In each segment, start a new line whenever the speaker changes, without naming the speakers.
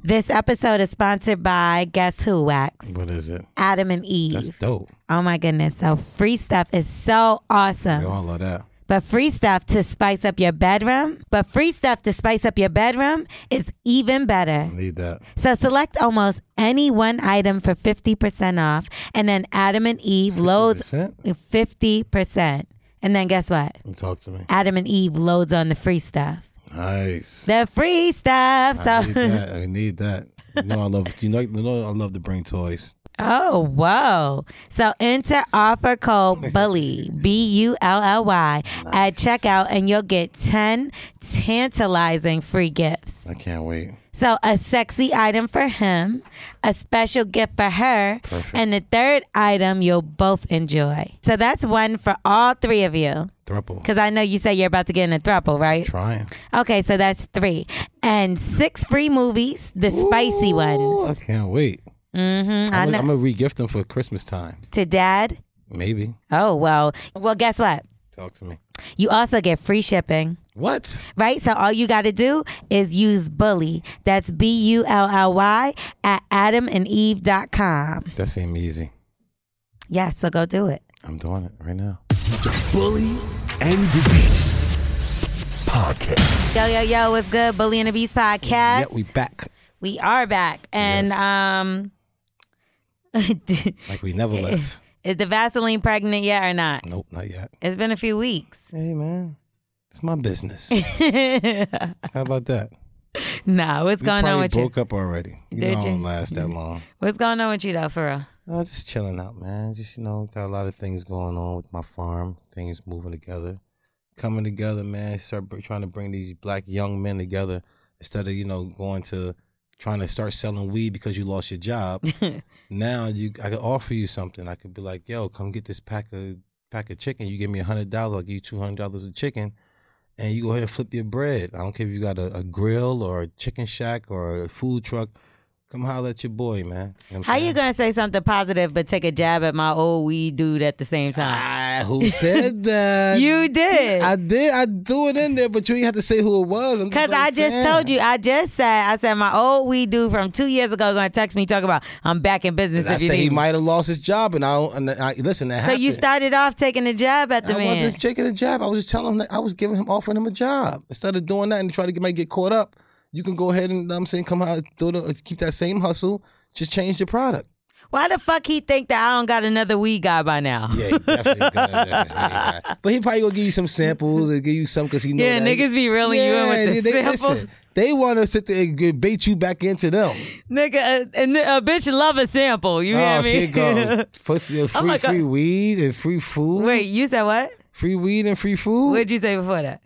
This episode is sponsored by Guess Who Wax?
What is it?
Adam and
That's
Eve.
dope.
Oh my goodness. So free stuff is so awesome.
We all love that.
But free stuff to spice up your bedroom, but free stuff to spice up your bedroom is even better.
Need that.
So select almost any one item for 50% off and then Adam and Eve loads
Percent?
50%. And then guess what?
Don't Talk to me.
Adam and Eve loads on the free stuff.
Nice.
The free stuff.
I need
So
that. I need that. You know I love you know, you know I love to bring toys.
Oh, whoa. So enter offer code BULLY, B U L L Y, at checkout and you'll get 10 tantalizing free gifts.
I can't wait.
So a sexy item for him, a special gift for her, and the third item you'll both enjoy. So that's one for all three of you.
Thruple.
Because I know you say you're about to get in a throuple, right?
Trying.
Okay, so that's three. And six free movies, the spicy
I
ones.
can't wait.
Mm-hmm. I
I'm,
know.
gonna- I'm gonna regift them for Christmas time.
to dad.
Maybe.
Oh, well. Well, guess what?
Talk to me.
You also get free shipping,
What?
right? So all you got to do is use Bully. That's B U L L Y at adamandeve.com.
That seemed easy.
Yeah, so go do it.
I'm doing it right now.
Bully and the Beast podcast.
Yo, yo, yo, what's good? Bully and the Beast podcast.
Yeah, we back.
we are back. And
Yes.
um is
Like we never left.
the Vaseline pregnant yet or not?
Nope, not yet.
It's been a few weeks.
Hey man. It's my business.
nah,
How about that?
what's
We
going on
probably
with you?
broke up already. You
Did
know I
you?
don't last that long.
What's going on with you though, for real?
No, just chilling out, man. Just you know, got a lot of things going on with my farm. Things moving together, coming together, man. Start br- trying to bring these black young men together instead of you know going to trying to start selling weed because you lost your job. now you, I could offer you something. I could be like, yo, come get this pack of pack of chicken. You give me a hundred dollars, I'll give you two hundred dollars of chicken. And you go ahead and flip your bread. I don't care if you got a, a grill or a chicken shack or a food truck. Come holler at your boy, man. You know what I'm
How you
saying?
gonna say something positive but take a jab at my old weed dude at the same time?
Ah, who said that?
you did.
I did. I threw it in there, but you ain't have to say who it was. I'm
Cause
like,
I just
man.
told you, I just said, I said my old weed dude from two years ago gonna text me talk about I'm back in business
And I
if you
said he
need me.
might have lost his job, and I, don't, and I listen. That
So you
happened.
started off taking a jab at the
I
man.
wasn't taking a job. I was just telling him that I was giving him, offering him a job. Instead of doing that and trying to get, might get caught up, you can go ahead and you know what I'm saying come out, do the, keep that same hustle. Just change the product.
Why the fuck he think that I don't got another weed guy by now?
Yeah, he definitely good at that. Yeah, yeah. But he probably gonna give you some samples and give you some because he know.
Yeah,
that.
niggas be reeling you in with the
they,
samples.
listen, they want to sit there and g- bait you back into them.
Nigga, a, and a bitch love a sample. You
oh,
hear me?
shit, go. Pussy, uh, free,
my God.
free weed and free food.
Wait, you said what?
Free weed and free food?
What'd you say before that?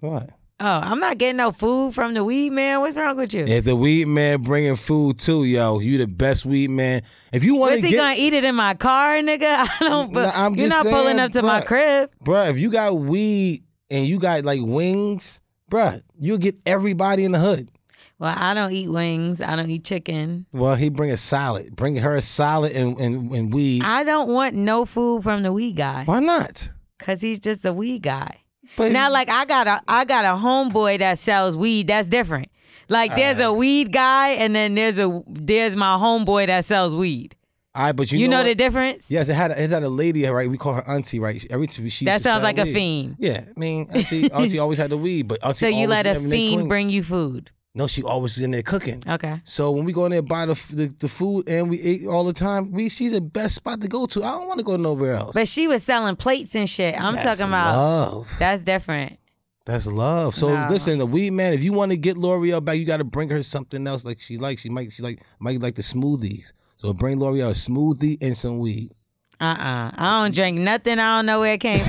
what?
Oh, I'm not getting no food from the weed man. What's wrong with you?
If the weed man bringing food too, yo, you the best weed man. If you want
Was
to
he
get,
gonna eat it in my car, nigga? I don't.
Nah, I'm
you're
just
not pulling
saying,
up to my
bruh.
crib.
bruh, if you got weed and you got like wings, bruh, you'll get everybody in the hood.
Well, I don't eat wings. I don't eat chicken.
Well, he bring a salad, bring her a salad and and, and weed.
I don't want no food from the weed guy
Why not?
because he's just a weed guy.
But
Now, like I got a I got a homeboy that sells weed. That's different. Like there's
Uh.
a weed guy, and then there's a there's my homeboy that sells weed.
all right, but you,
You, know,
what?
the difference?
Yes, it had a, it had a lady right. We call her auntie right. Every time she used
That
to
sounds
sell
like a
weed.
fiend.
Yeah, I mean auntie, auntie always had the weed, but auntie
So you
always
let a
had everything
fiend
clean.
bring Oh. you food?
No, she always in there cooking.
Okay.
So when we go in there buy the, f- the the food and we eat all the time, we she's the best spot to go to. I don't want to go nowhere else.
But she was selling plates and shit. I'm
That's
talking about
love.
that's different.
That's love. So
No.
listen, the weed man. If you want to get L'Oreal back, you got to bring her something else. Like she like she might she like might like the smoothies. So bring L'Oreal a smoothie and some weed.
Uh uh I don't drink nothing. I don't know where it came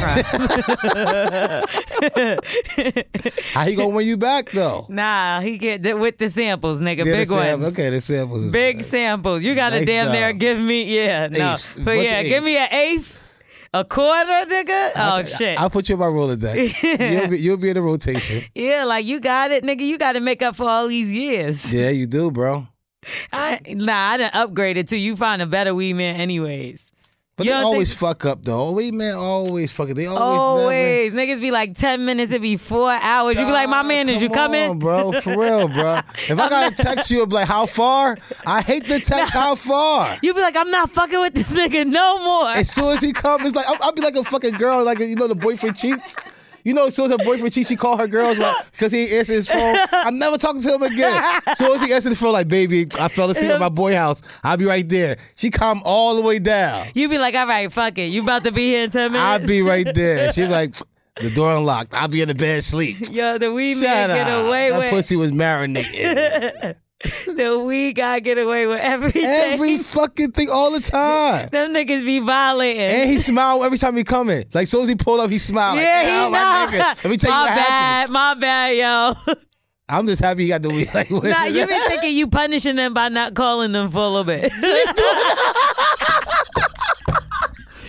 from.
How he gonna win you back though?
nah, he get the, with the samples, nigga.
Yeah, the
big
sam-
ones.
Okay, the samples. Is
Big samples. You got to
Nice
damn there
job.
give me yeah no,
Eighths.
but
What's
yeah,
eighth?
give me an eighth, a quarter, nigga. Oh shit.
I'll put you in my Rolodex. you'll, be, you'll be in the rotation.
yeah, like you got it, nigga. You got to make up for all these years.
Yeah, you do, bro.
I, nah, I done upgraded to you find a better weed man, anyways.
But
You
they
don't
always fuck up though. Weed man always fuck it. They always. Never,
Always. Niggas be like 10 minutes, it be four hours. Oh, You be like, my
Ah,
man, is you
come
coming?
on, bro? For real, bro. If I gotta text you, I'm like, how far? I hate the text. How far?
You be like, I'm not fucking with this nigga no more.
As soon as he comes, it's like I'll, I'll be like a fucking girl, like you know the boyfriend cheats. You know, as soon as her boyfriend cheats, she call her girls because he answers his phone. I'm never talking to him again. As soon as he answers the phone, like baby, I fell asleep at my boy house. I'll be right there. She come all the way down.
you be like, all right, fuck it. You about to be here in 10 minutes?
I'll be right there. She be like the door unlocked. I'll be in the bed sleep.
Yo, the weed
Shut
man get
up.
away
that
with
pussy was marinating.
the weed guy get away with everything.
Every fucking thing all the time.
Them niggas be violating.
And he smiled every time he coming. Like as soon as he pull up, he smiled.
yeah,
like,
he
"Oh, my
know.
nigga." Let me tell
my
you what
bad,
happened.
my bad, yo.
I'm just happy he got the weed. Like, what
nah,
is
you
that?
been thinking you punishing them by not calling them for a little bit.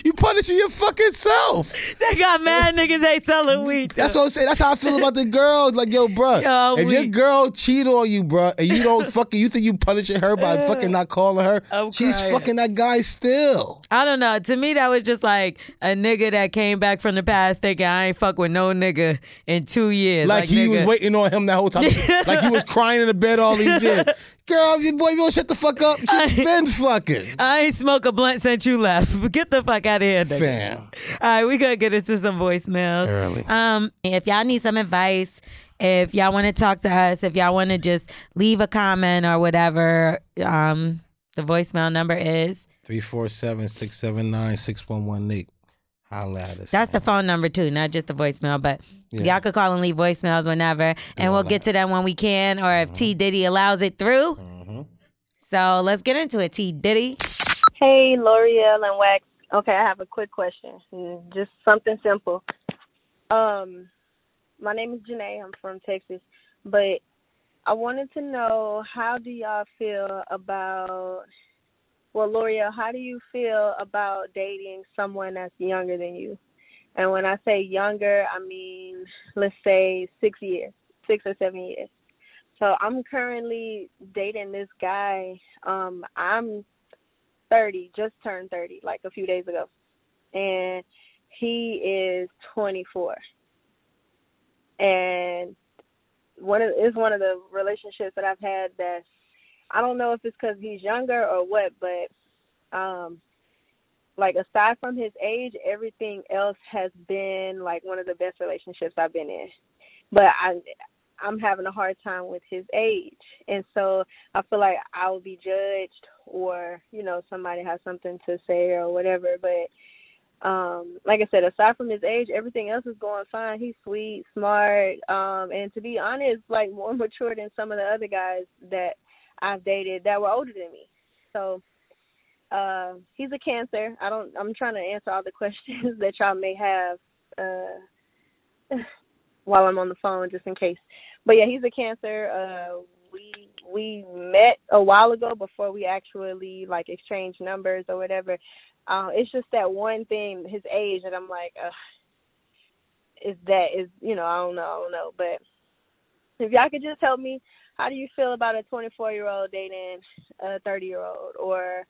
you punishing your fucking self.
they got mad niggas ain't selling weed.
That's what I'm saying. That's how I feel about the girls. Like, yo, bruh,
Yo,
if
we-
your girl cheat on you, bruh, and you don't fucking, you think you punishing her by fucking not calling her?
I'm
she's
crying.
fucking that guy still.
I don't know. To me, that was just like a nigga that came back from the past thinking I ain't fuck with no nigga in two years.
Like,
Like,
he
nigga,
was waiting on him that whole time. like you was crying in the bed all these years. Girl, your boy, you don't shut the fuck up. She's been fucking.
I ain't smoke a blunt since you left. Get the fuck out of here, nigga.
Fam.
All right, we gonna get into some voicemails.
Early.
Um, if y'all need some advice, if y'all want to talk to us, if y'all want to just leave a comment or whatever, um, the voicemail number is
347-679-6118. Holla at us.
that's the phone number too, not just the voicemail, but.
Yeah.
Y'all could call and leave voicemails whenever, and we'll get to them when we can, or if T Diddy allows it through. So let's get into it, T Diddy.
Hey, L'Oreal and Wax. Okay, I have a quick question. Mm, Just something simple. Um, my name is Janae. I'm from Texas, but I wanted to know how do y'all feel about well, L'Oreal, how do you feel about dating someone that's younger than you? And when I say younger, I mean let's say six years, six or seven years. So I'm currently dating this guy. Um, I'm 30, just turned 30, like a few days ago. And he is 24. And one of, it's one of the relationships that I've had that I don't know if it's because he's younger or what, but um, like aside from his age, everything else has been like one of the best relationships I've been in. But I, I'm having a hard time with his age, and so I feel like I will be judged or, you know, somebody has something to say or whatever. But um, like I said, aside from his age, everything else is going fine. He's sweet, smart, um, and to be honest, like more mature than some of the other guys that I've dated that were older than me. So uh he's a cancer. I don't I'm trying to answer all the questions that y'all may have uh while I'm on the phone just in case but yeah, he's a cancer. Uh, we we met a while ago before we actually like exchanged numbers or whatever. Uh, it's just that one thing, his age, that I'm like, Ugh, is that is you know I don't know I don't know. But if y'all could just help me, how do you feel about a 24 year old dating a 30 year old or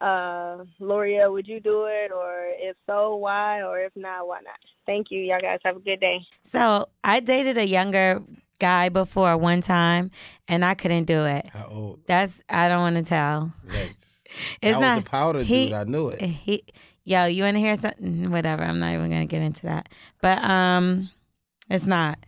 uh L'Oreal, would you do it or if so why or if not why not? Thank you. Y'all guys have a good day.
So I dated a younger guy before one time, and I couldn't do it.
How old?
That's I don't want to tell.
That's,
It's
that
not
was the powder
he-
dude. I knew it.
he. Yo, you want to hear something? Whatever. I'm not even gonna get into that. But um, it's not.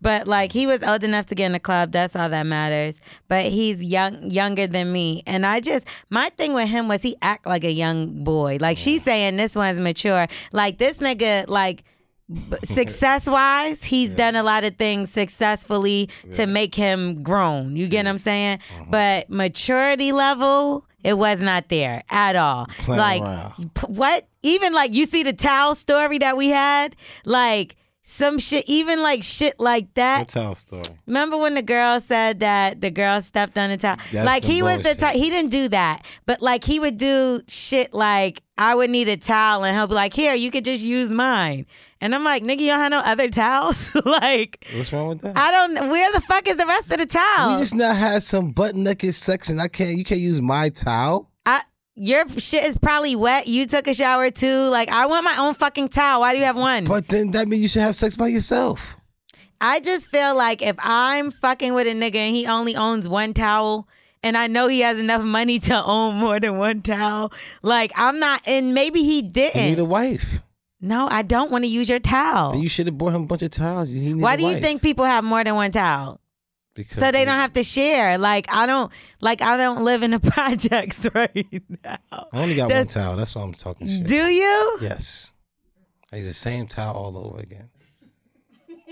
But like he was old enough to get in the club, that's all that matters. But he's young younger than me. And I just my thing with him was he act like a young boy. Like she's saying this one's mature. Like this nigga like success wise, he's done a lot of things successfully to make him grown. You get what I'm saying?
Uh-huh.
But maturity level, it was not there at all.
Playing
like
around.
p- what? Even like you see the towel story that we had, like some shit, even like shit like that.
That's our story.
Remember when the girl said that the girl stepped on the towel?
That's
like
some
he was the
bullshit.
type he didn't do that, but like he would do shit like I would need a towel and he'll be like, "Here, you could just use mine." And I'm like, "Nigga, you don't have no other towels?" like
What's wrong with that?
I don't. Where the fuck is the rest of the
We
towel?
just not had some butt naked sex, and I can't. You can't use my towel.
I your shit is probably wet. You took a shower too. Like I want my own fucking towel. Why do you have one?
But then that means you should have sex by yourself.
I just feel like if I'm fucking with a nigga and he only owns one towel and I know he has enough money to own more than one towel, like I'm not and maybe he
You need
didn't.
a wife.
no, I don't want to use your towel.
Then you should have bought him a bunch of towels. You- he need
Oh. Why
a
do you
wife.
think people have more than one towel?
Because
So they don't have to share. Like I don't like I don't live in the projects right now.
I only got one
That's-
towel. That's why I'm talking shit.
Do you?
Yes. I use the same towel all over again.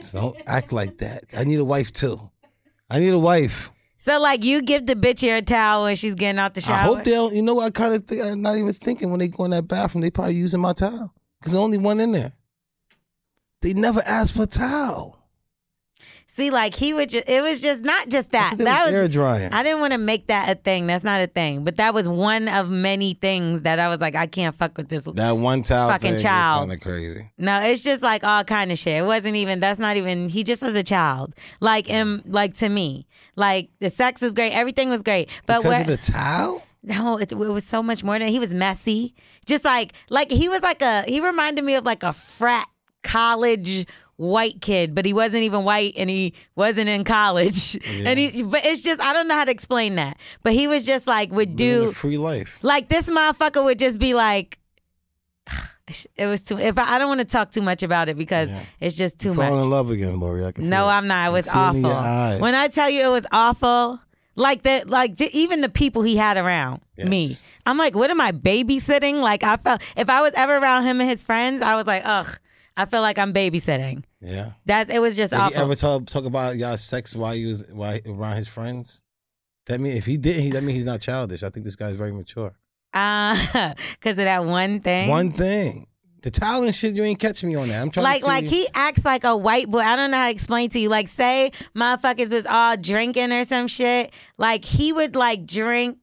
So don't act like that. I need a wife too. I need a wife.
So like you give the bitch your towel when she's getting out the shower.
I hope they'll. You know, what I kind of think. I'm not even thinking when they go in that bathroom. They probably using my towel because only one in there. They never asked for a towel.
See, like he would just it was just not just
I
that.
think it
That
was air
was
drying.
I didn't want to make that a thing. That's not a thing. But that was one of many things that I was like, I can't fuck with this.
that one towel
Fucking
thing is
child.
kinda crazy.
No, it's just like all kind of shit. It wasn't even. That's not even. He just was a child. Like him. Like to me. Like the sex was great. Everything was great. But
because
what?
of the towel.
no, it, it was so much more than he was messy. Just like like he was like a. He reminded me of like a frat college white kid, but he wasn't even white and he wasn't in college. And he. But it's just I don't know how to explain that. But he was just like would
Living
do.
a free life.
Like this motherfucker would just be like, it was too. If I, I don't want to talk too much about it because it's just too
Falling
much.
in love again, Lori. I can
No,
see
I'm not. It was
see it in your
awful.
eyes.
When I tell you it was awful, like that, like j- even the people he had around me,
Yes.
I'm like, what am I babysitting? Like I felt if I was ever around him and his friends, I was like, ugh, I feel like I'm babysitting.
it. Yeah.
That's it was just
Did he
awful.
ever talk talk about y'all sex while you was while he- around his friends? That mean if he didn't, he, that mean he's not childish. I think this guy's very mature.
because Uh, of that one thing.
One thing, the towel and shit, you ain't catch me on that. I'm trying
like
to see
like he acts like a white boy. I don't know how to explain to you. Like say motherfuckers was all drinking or some shit. Like he would like drink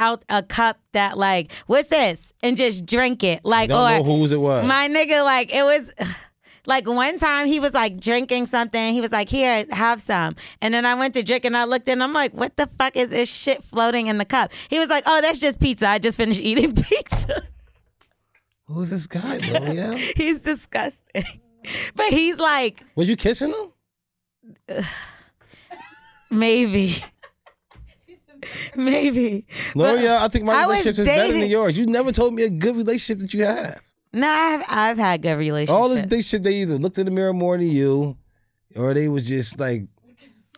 out a cup that like what's this and just drink it.
I
Like
don't
or
know whose it was.
my nigga like it was. Like one time he was like drinking something. He was like, "Here, have some." And then I went to drink and I looked and I'm like, "What the fuck is this shit floating in the cup?" He was like, "Oh, that's just pizza. I just finished eating pizza."
Who's this guy, bro? Yeah.
he's disgusting. But he's like
Was you kissing him?
Maybe. Maybe.
L'Oreal, I think my
I was
relationship is better than
dating-
yours. You never told me a good relationship that you have.
No, I've I've had good relationships.
All the they shit, they either looked in the mirror more than you, or they was just like,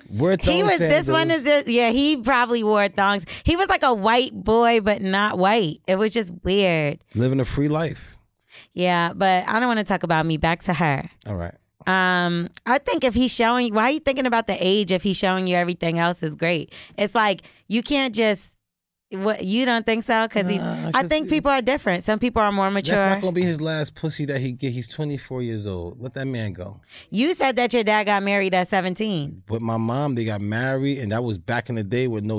we're
he
thong
was this
sandals.
one is this, yeah he probably wore thongs. He was like a white boy but not white. It was just weird.
living a free life.
Yeah, but I don't want to talk about me. Back to her.
All right.
Um, I think if he's showing why are you thinking about the age if he's showing you everything else is great. It's like you can't just what you don't think so because he's.
Nah,
I
'cause
think
it-
people are different. Some people are more mature.
That's not gonna be his last pussy that he get. He's 24 years old. Let that man go.
you said that your dad got married at seventeen.
But my mom, they got married, and that was back in the day with no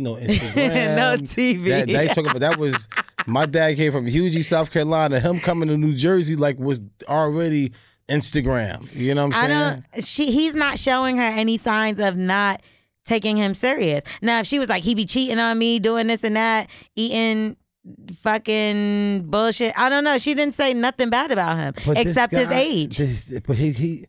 no Instagram,
No TV.
That, they talking about that was my dad came from Hughie, South Carolina. Him coming to New Jersey like was already Instagram. You know what I'm
I
saying?
don't. She he's not showing her any signs of not taking him serious. Now, if she was like he be cheating on me, doing this and that, eating fucking bullshit, I don't know. She didn't say nothing bad about him
But this
except his
guy-
age.
this- but he, he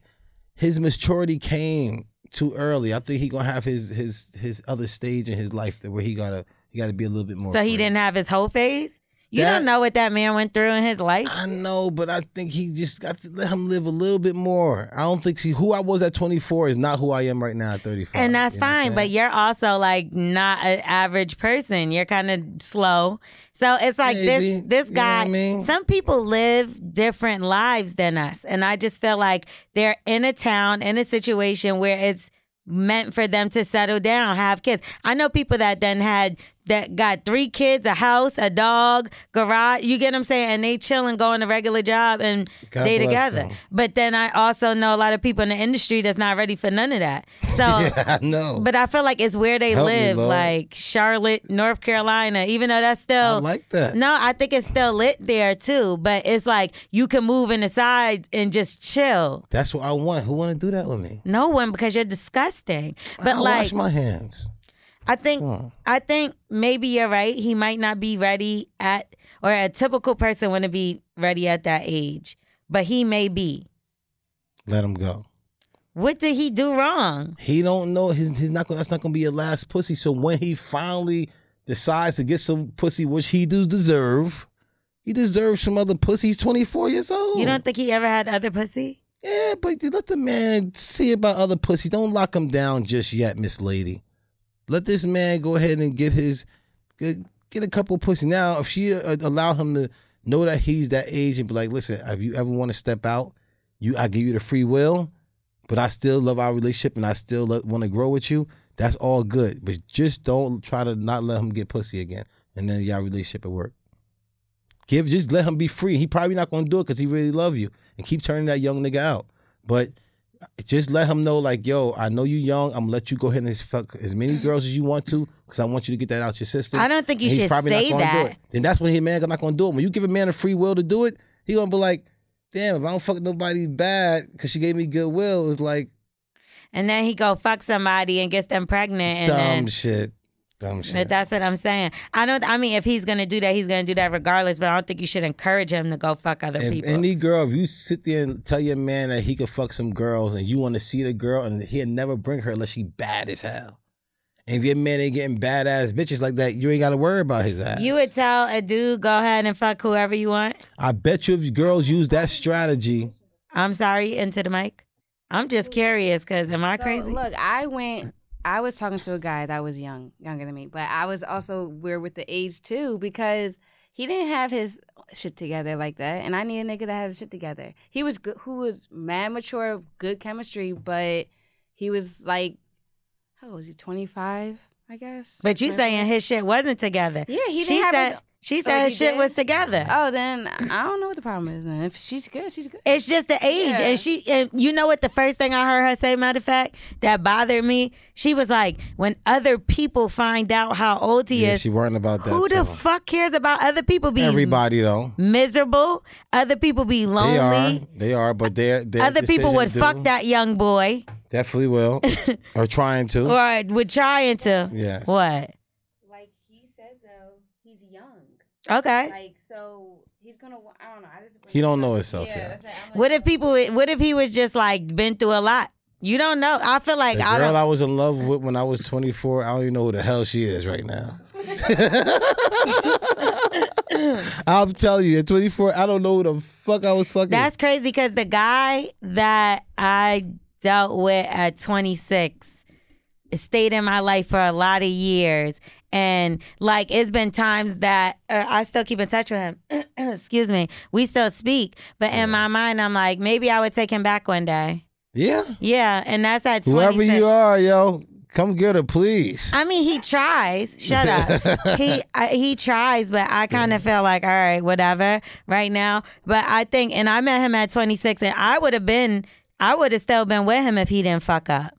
his maturity came too early. I think he gonna have his his his other stage in his life that where he gotta he gotta be a little bit more.
so he
free.
didn't have his whole phase. You
That-
don't know what that man went through in his life.
I know, but I think he just got to let him live a little bit more. I don't think see who I was at 24 is not who I am right now at 35.
And that's
you know what I'm
fine, but
saying?
you're also like not an average person. You're kind of slow, so it's like
Maybe.
this. This
You know what
guy.
I mean?
Some people live different lives than us, and I just feel like they're in a town in a situation where it's meant for them to settle down, have kids. I know people that then had that got three kids, a house, a dog, garage. You get what I'm saying? And they chilling, going a regular job, and
God
they
bless
together.
them.
But then I also know a lot of people in the industry that's not ready for none of that. So
yeah, I know.
but I feel like it's where they
Help me,
live,
Lord.
like Charlotte, North Carolina. Even though that's
I
still
like that.
no, I think it's still lit there too. But it's like you can move in the side and just chill.
That's what I want. Who want to do that with me?
No one because you're disgusting. But
I
like
wash my hands.
I think
Hmm.
I think maybe you're right. He might not be ready at or a typical person wouldn't be ready at that age. But he may be.
Let him go.
What did he do wrong?
He don't know. His, his not. That's not gonna be your last pussy. So when he finally decides to get some pussy, which he does deserve, he deserves some other pussy. He's twenty four years old.
You don't think he ever had other pussy?
Yeah, but you let the man see about other pussy. Don't lock him down just yet, Miss Lady. Let this man go ahead and get his get, get a couple pussy. Now, if she uh, allow him to know that he's that age and be like, listen, if you ever want to step out, you I give you the free will, but I still love our relationship and I still want to grow with you. That's all good, but just don't try to not let him get pussy again, and then y'all relationship at work. Give just let him be free. He probably not gonna do it because he really love you and keep turning that young nigga out. But just let him know, like, yo, I know you young. I'm gonna let you go ahead and fuck as many girls as you want to because I want you to get that out your system.
I don't think you
And he's
should
probably not
say
gonna do
that.
it. Then that's when his man not gonna do it. When you give a man a free will to do it, he gonna be like, damn, if I don't fuck nobody bad because she gave me goodwill, it's like
And then he go fuck somebody and gets them pregnant and
dumb
then
shit, dumb shit.
But that's what I'm saying. I don't. I mean, if he's gonna do that, he's gonna do that regardless. But I don't think you should encourage him to go fuck other
if
people.
any girl, if you sit there and tell your man that he could fuck some girls and you want to see the girl and he'll never bring her unless she bad as hell. And if your man ain't getting badass bitches like that, you ain't got to worry about his ass.
you would tell a dude go ahead and fuck whoever you want.
I bet you if girls use that strategy,
I'm sorry, into the mic. I'm just curious, cause am I
So,
crazy?
Look, I went. I was talking to a guy that was young, younger than me, but I was also weird with the age too because he didn't have his shit together like that, and I need a nigga that has shit together. He was good, who was mad mature, good chemistry, but he was like, how old was he? Twenty five, I guess.
but you saying his shit wasn't together?
Yeah, he
She
didn't have
said
his-
she
Oh,
said his
he
shit
did?
was together.
Oh, then I don't know what the problem is. Then if she's good, she's good.
It's just the age,
Yeah.
and she, and you know what? The first thing I heard her say, matter of fact, that bothered me. She was like, "When other people find out how old he
yeah,
is,
she worrying about that.
who the
too.
fuck cares about other people being
Everybody though.
miserable. Other people be
They are.
lonely.
They are, but they're. they're
Other people would
decision to
fuck that young boy
Definitely will. or trying to.
or would trying to.
Mm-hmm. Yes.
What?
Like he said though, he's young.
Okay.
Like so, he's gonna. wa- I don't know. I just.
He don't know himself
Yeah.
yet.
that's it. I'm like,
What if people? What if he was just like been through a lot? You don't know. I feel like
The
I
girl
don't.
I was in love with when I was 24, I don't even know who the hell she is right now. I'm telling you, at 24, I don't know who the fuck I was fucking.
That's crazy because the guy that I dealt with at 26 stayed in my life for a lot of years. And like, it's been times that uh, I still keep in touch with him. Excuse me. We still speak. But in my mind, I'm like, maybe I would take him back one day.
yeah.
Yeah. And that's at 26.
Whoever you are, yo, come get her, please.
I mean, he tries. Shut up. he I, he tries, but I kind of feel like, all right, whatever, right now. But I think, and I met him at 26, and I would have been, I would have still been with him if he didn't fuck up.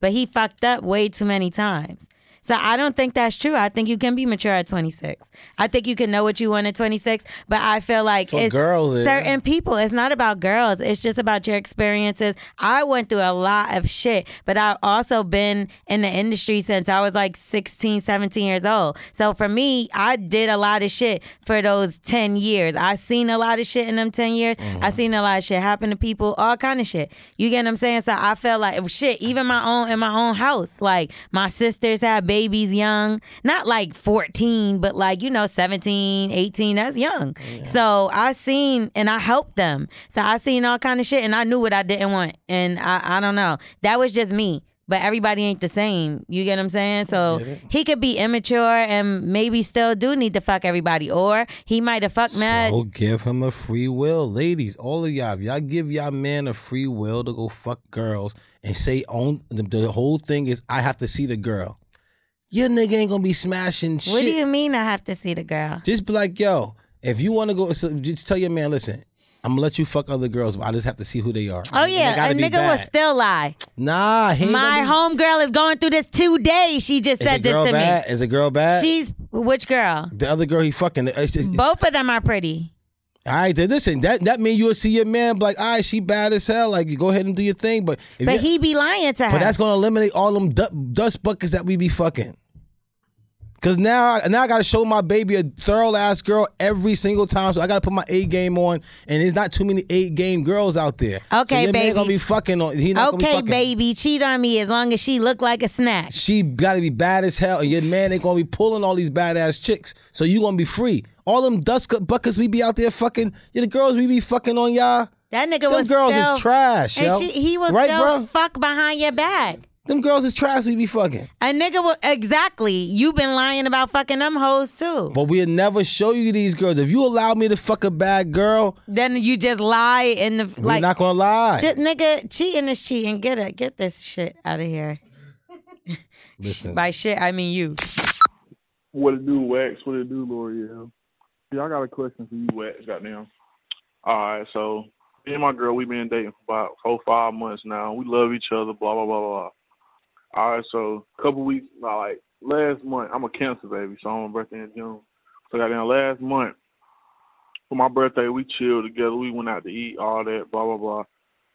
But he fucked up way too many times. So I don't think that's true. I think you can be mature at 26. I think you can know what you want at 26. But I feel like
For
it's
girls, it-
certain people. It's not about girls. It's just about your experiences. I went through a lot of shit, but I've also been in the industry since I was like 16, 17 years old. So for me, I did a lot of shit for those 10 years. I seen a lot of shit in them 10 years. I
Mm-hmm.
seen a lot of shit happen to people, all kind of shit. You get what I'm saying? So I felt like shit, even my own in my own house. Like my sisters had babies young. Not like 14, but like, you know, 17, 18, that's young. So I seen and I helped them. So I seen all kind of shit and I knew what I didn't want. And I, I don't know. That was just me. But everybody ain't the same. You get what I'm saying? So he could be immature and maybe still do need to fuck everybody. Or he might have fucked mad.
So give him a free will, ladies. All of y'all, if y'all give y'all man a free will to go fuck girls and say on the, the whole thing is I have to see the girl. Your nigga ain't gonna be smashing shit.
what do you mean I have to see the girl?
Just be like, yo, if you want to go, so just tell your man, listen, I'm gonna let you fuck other girls, but I just have to see who they are.
Oh
They
yeah, a
gotta be
nigga will
bad.
still lie.
Nah, he ain't
My
gonna
homegirl is going through this two days. She just
be, is
said
the
this
girl
to
bad? Is the girl
me.
bad?
She's which girl?
the other girl he fucking. uh, it's just-
Both of them are pretty.
all right, then listen. That that mean you'll see your man be like, all right, she bad as hell. Like, you go ahead and do your thing, but if
But
you-
he be lying to her.
But that's gonna eliminate all them du- dust buckets that we be fucking. Cause now, now I gotta show my baby a thorough ass girl every single time. So I gotta put my A game on, and there's not too many eight game girls out there.
Okay,
so your
baby.
Man gonna be fucking on. He not gonna be
okay,
fucking.
baby, cheat on me as long as she look like a snack.
She gotta be bad as hell, and your man ain't gonna be pulling all these badass chicks. So you gonna be free. All them dust cu- buckets we be out there fucking. Yeah, the girls we be fucking on y'all.
That nigga
Them
was
girls is
still,
trash,
and
yo.
she he was
Right,
still
bruh?
fuck behind your back.
Them girls is trash. We be fucking.
A nigga will exactly. You been lying about fucking them hoes too.
But we'll never show you these girls. If you allow me to fuck a bad girl,
then you just lie in the
we're
like.
not gonna lie.
Just, nigga, cheating is cheating. Get it. Get this shit out of here. By shit, I mean you.
What it do, Wax? What it do, L'Oreal? Yeah, I got a question for you, Wax. Goddamn. All right, so me and my girl, we been dating for about four, five months now. We love each other. Blah blah blah blah. All right, so a couple weeks, nah, like last month, I'm a Cancer baby, so I'm a birthday in June. So goddamn, last month for my birthday, we chilled together. We went out to eat, all that, blah blah blah.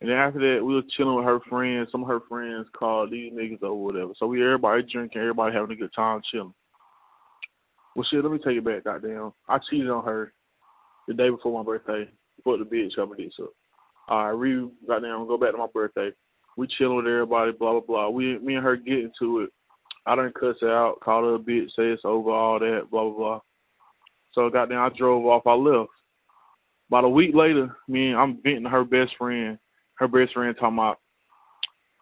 And then after that, we was chilling with her friends. Some of her friends called these niggas or whatever. So we everybody drinking, everybody having a good time chilling. Well, shit, let me take it back, goddamn. I cheated on her the day before my birthday. Fuck the bitch, help me so. All right, re goddamn, go back to my birthday. We chilling with everybody, blah blah blah. We, me and her get into it. I done cuss her out, called her a bitch, say it's over, all that, blah blah blah. So goddamn, I drove off. I left. About a week later, me and I'm venting to her best friend. Her best friend talking about,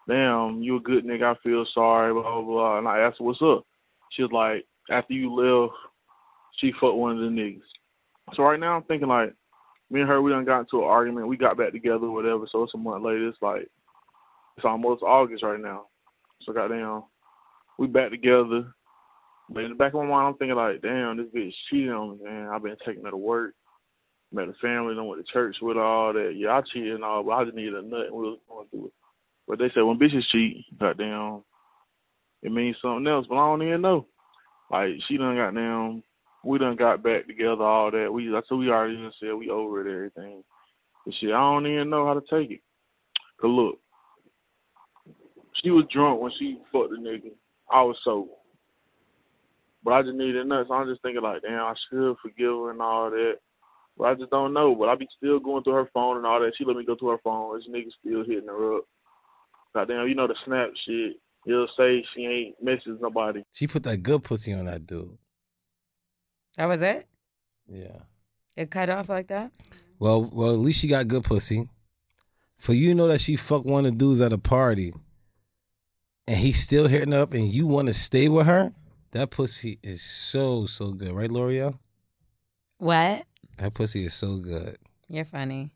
damn, you a good nigga. I feel sorry, blah blah blah. And I asked her what's up. She was like, after you left, she fucked one of the niggas. So right now I'm thinking like, me and her we done got into an argument. We got back together, or whatever. So it's a month later. It's like it's almost August right now. So goddamn, we back together. But in the back of my mind, I'm thinking like, damn, this bitch cheating on me, man. I've been taking her to work, met her family, done went to church with her, all that. Yeah, I cheated and all, but I just needed a nut, and we was going through it. But they said when bitches cheat, goddamn, it means something else. But I don't even know. Like she done got down, we done got back together, all that. We I said we already done said we over it, everything. And shit, I don't even know how to take it. Cause look, she was drunk when she fucked the nigga. I was sober. But I just needed nuts. I'm just thinking like, damn, I should forgive her and all that. But I just don't know. But I be still going through her phone and all that. She let me go through her phone. This nigga still hitting her up. Goddamn, you know the snap shit. He'll say she ain't messaged nobody.
She put that good pussy on that dude.
That was it.
Yeah.
It cut off like that.
Well, well, at least she got good pussy. For you know that she fucked one of the dudes at a party, and he's still hitting up, and you want to stay with her. That pussy is so so good, right, L'Oreal?
What?
That pussy is so good.
You're funny.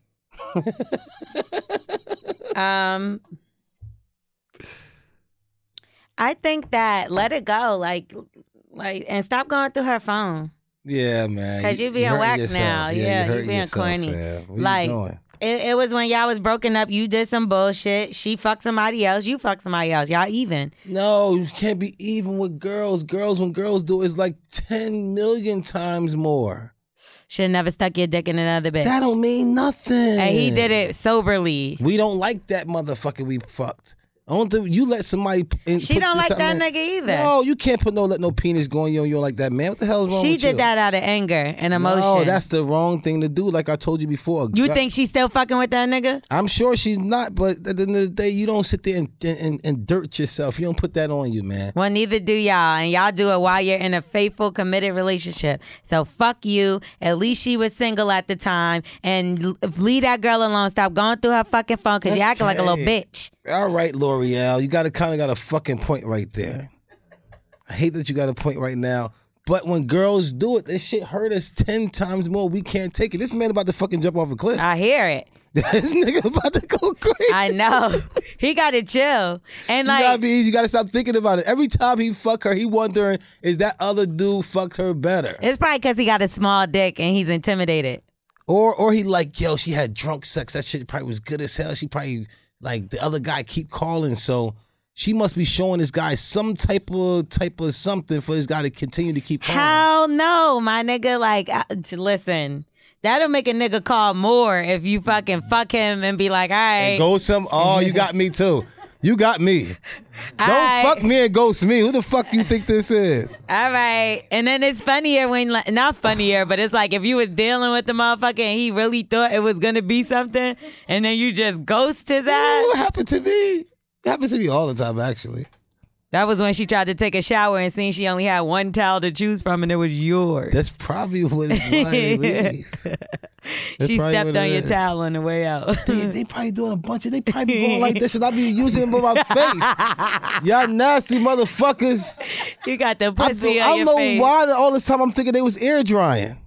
um I think that let it go like like and stop going through her phone.
Yeah, man.
'Cause you being
hurting
whack now. Yeah, you
hurting
being corny.
fam. What you
like
doing?
It, it was when y'all was broken up, you did some bullshit. She fucked somebody else, you fucked somebody else. Y'all even.
No, you can't be even with girls. Girls, when girls do, it's like ten million times more.
Should never stuck your dick in another bitch.
That don't mean nothing.
and he did it soberly.
We don't like that motherfucker. We fucked. Only thing you let somebody. p- in-
She
put
don't like
something
that
in-
nigga either.
No, you can't put no let no penis going on you like that, man. What the hell is wrong
She
with
did
you?
that out of anger and emotion.
No, that's the wrong thing to do. Like I told you before.
you
God-
think she's still fucking with that nigga?
I'm sure she's not, but at the end of the day, you don't sit there and, and, and dirt yourself. You don't put that on you, man.
Well, neither do y'all, and y'all do it while you're in a faithful, committed relationship. So fuck you. At least she was single at the time, and l- leave that girl alone. Stop going through her fucking phone because you acting like a little
Okay.
bitch.
All right, L'Oreal, you got to kind of got a fucking point right there. I hate that you got a point right now, but when girls do it, this shit hurt us ten times more. We can't take it. This man about to fucking jump off a cliff.
I hear it.
this nigga about to go crazy.
I know. he got to chill. And
you gotta
like,
be easy. You gotta stop thinking about it. Every time he fuck her, he wondering is that other dude fucked her better,
it's probably because he got a small dick and he's intimidated.
or or he like yo, she had drunk sex. That shit probably was good as hell. She probably like the other guy keep calling, so she must be showing this guy some type of type of something for this guy to continue to keep calling.
Hell no, my nigga. Like, I, t- listen, that'll make a nigga call more if you fucking fuck him and be like, all right,
And ghost him. Oh, you got me too. You got me. Don't
Aight.
fuck me and ghost me. Who the fuck you think this is?
all right. And then it's funnier when, like, not funnier, but it's like if you was dealing with the motherfucker and he really thought it was gonna be something, and then you just ghost his ass.
What happened to me? It happens to me all the time, actually.
That was when she tried to take a shower and seen she only had one towel to choose from, and it was yours.
That's probably what it- why they leave. that's
she
probably
stepped
what it
on your
is.
towel on the way out.
They, they probably doing a bunch of. They probably going like this, and I be using them on my face. Y'all nasty motherfuckers.
you got the
I,
pussy
don't-
on
I don't
your
know
face.
why all this time I'm thinking they was air drying.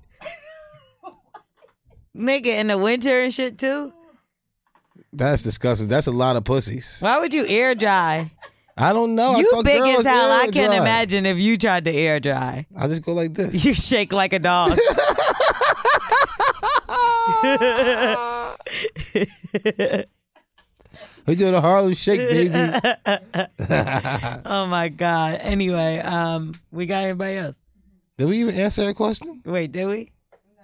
Nigga, in the winter and shit too?
That's disgusting. That's a lot of pussies.
Why would you air dry?
I don't know. I
you
thought
big as
girls
hell. I
air
can't
dry.
imagine if you tried to air dry.
I just go like this.
You shake like a dog.
We doing a Harlem Shake, baby.
oh my god. Anyway, um, we got anybody else?
Did we even answer that question?
Wait, did we? No.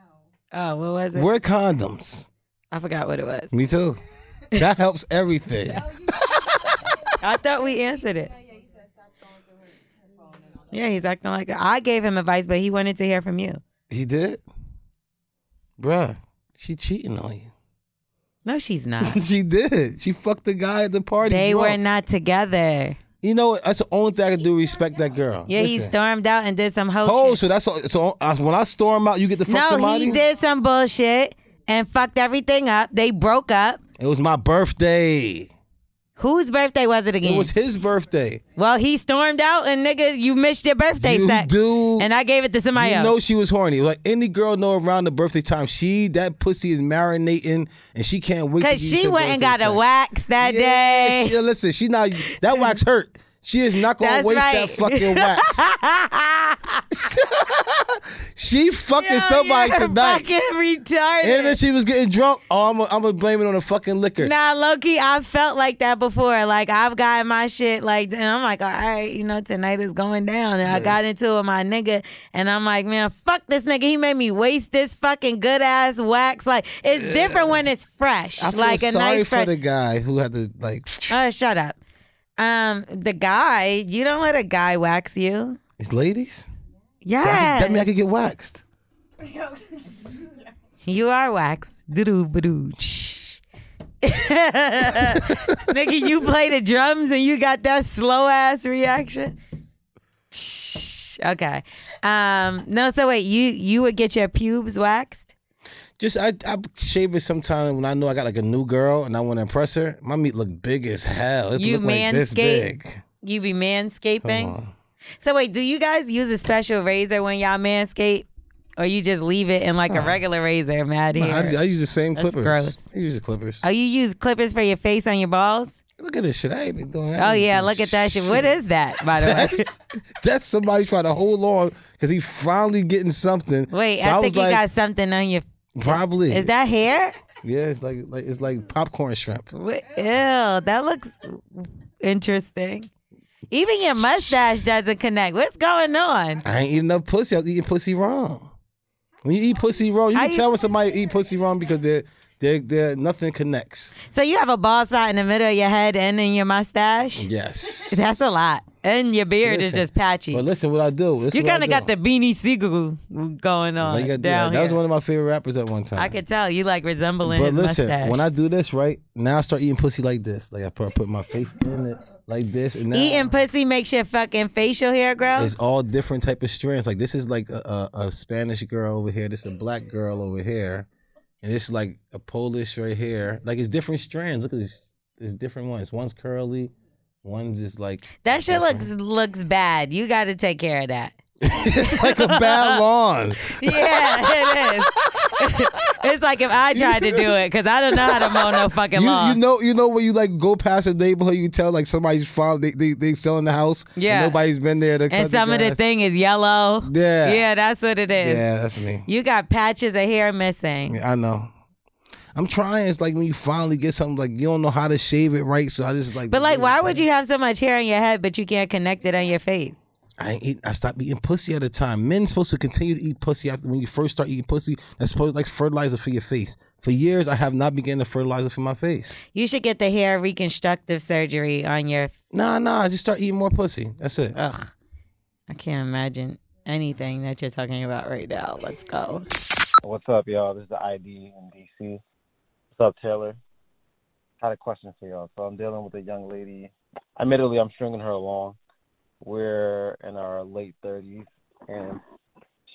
Oh, what was it?
Wear condoms.
I forgot what it was.
Me too. That helps everything.
I thought we answered it. Yeah, he's acting like I gave him advice, but he wanted to hear from you.
He did? Bruh, she cheating on you.
No, she's not.
she did. She fucked the guy at the party.
they
drunk.
were not together.
You know, what? that's the only thing I can do respect that girl.
Yeah, he
Listen.
stormed out and did some ho.
Oh,
shit.
so that's all. So uh, when I storm out, you get the fuck
No,
somebody?
he did some bullshit and fucked everything up. They broke up.
It was my birthday.
Whose birthday was it again?
It was his birthday.
well, he stormed out and nigga, you missed your birthday
You
sex.
do-
And I gave it to somebody
you
else.
know she was horny. Like any girl know around the birthday time, she that pussy is marinating and she can't wait. to
Cause
give
she
you
went and got a
a
wax that day.
She, listen, she not that wax hurt. She is not gonna
That's
waste
right.
that fucking wax. she fucking
Yo,
somebody
you're
tonight.
Fucking retarded.
and then she was getting drunk. Oh, I'm gonna blame it on the fucking liquor.
Nah, Loki, I felt like that before. Like I've got my shit like and I'm like, all right, you know, tonight is going down. And I got into it with my nigga and I'm like, man, fuck this nigga. He made me waste this fucking good ass wax. Like it's different when it's fresh.
I feel
like a
sorry
nice
for
fresh
the guy who had to like.
Oh, shut up. Um, the guy, you don't let a guy wax you.
It's ladies. So I
Yeah.
could- that mean I could get waxed.
You are waxed. Doo doo Nigga, you play the drums and you got that slow ass reaction. Okay. Um, no, so wait, you you would get your pubes waxed?
Just I I shave it sometime when I know I got like a new girl and I want to impress her. My meat look big as hell. It
You
look like this
manscape?
big.
You be
Come
manscaping?
on.
So wait, do you guys use a special razor when y'all manscape? Or you just leave it in like a regular razor, Matt
Nah, I,
here?
I use the same
That's
clippers.
gross.
I use the clippers.
Oh, you use clippers for your face on your balls?
look at this shit. I ain't been doing. that.
Oh yeah, look at that shit. What is that, by the way?
That's somebody trying to hold on because he finally getting something.
Wait,
So
I,
was
think you
like,
got something on your.
probably.
Is that hair?
Yeah, it's like like it's like popcorn shrimp.
What, ew, that looks interesting. Even your mustache doesn't connect. What's going on?
I ain't eating enough pussy. I was eating pussy wrong. When you eat pussy wrong, you
How
can
you-
tell when somebody eat pussy wrong because their They're, they're, nothing connects.
So you have a bald spot in the middle of your head and in your mustache.
Yes.
That's a lot, and your beard is
Listen,
just patchy.
But listen, what I do. this
you
is what I
kind of got
do.
the beanie seagull going on
Like I did,
down
That was
here.
one of my favorite rappers at one time.
I could tell you like resembling
But
his
listen,
mustache.
when I do this, right now, I start eating pussy like this. Like I put, put my face in it like this, and now
Eating pussy makes your fucking facial hair grow.
it's all different type of strands. Like this is like a, a, a Spanish girl over here. This is a black girl over here, and this is like a Polish right here. Like it's different strands. Look at this. There's different ones. One's curly. One's is like
That shit looks looks bad. You got to take care of that.
it's like a bad lawn.
Yeah, it is. it's like if I tried to do it because I don't know how to mow no fucking
You,
lawn.
you know, you know when you like go past a neighborhood, you can tell like somebody's found they they, they selling the house. and
Yeah.
nobody's been there. To cut
and some of the
grass.
thing is yellow.
Yeah.
yeah, that's what it is.
Yeah, that's me.
You got patches of hair missing.
Yeah, I know. I'm trying. It's like when you finally get something like you don't know how to shave it right, so I just like.
But like, why would you have so much hair on your head but you can't connect it on your face?
I ain't eat, I stopped eating pussy at a time. Men's supposed to continue to eat pussy after when you first start eating pussy. That's supposed like fertilizer for your face. For years, I have not been getting a fertilizer for my face.
You should get the hair reconstructive surgery on your.
Nah, nah. I just start eating more pussy. That's it.
Ugh, I can't imagine anything that you're talking about right now. Let's go.
What's up, y'all? This is the ID in DC. What's up, Taylor? Had a question for y'all. So I'm dealing with a young lady. Admittedly, I'm stringing her along. We're in our late 30s, and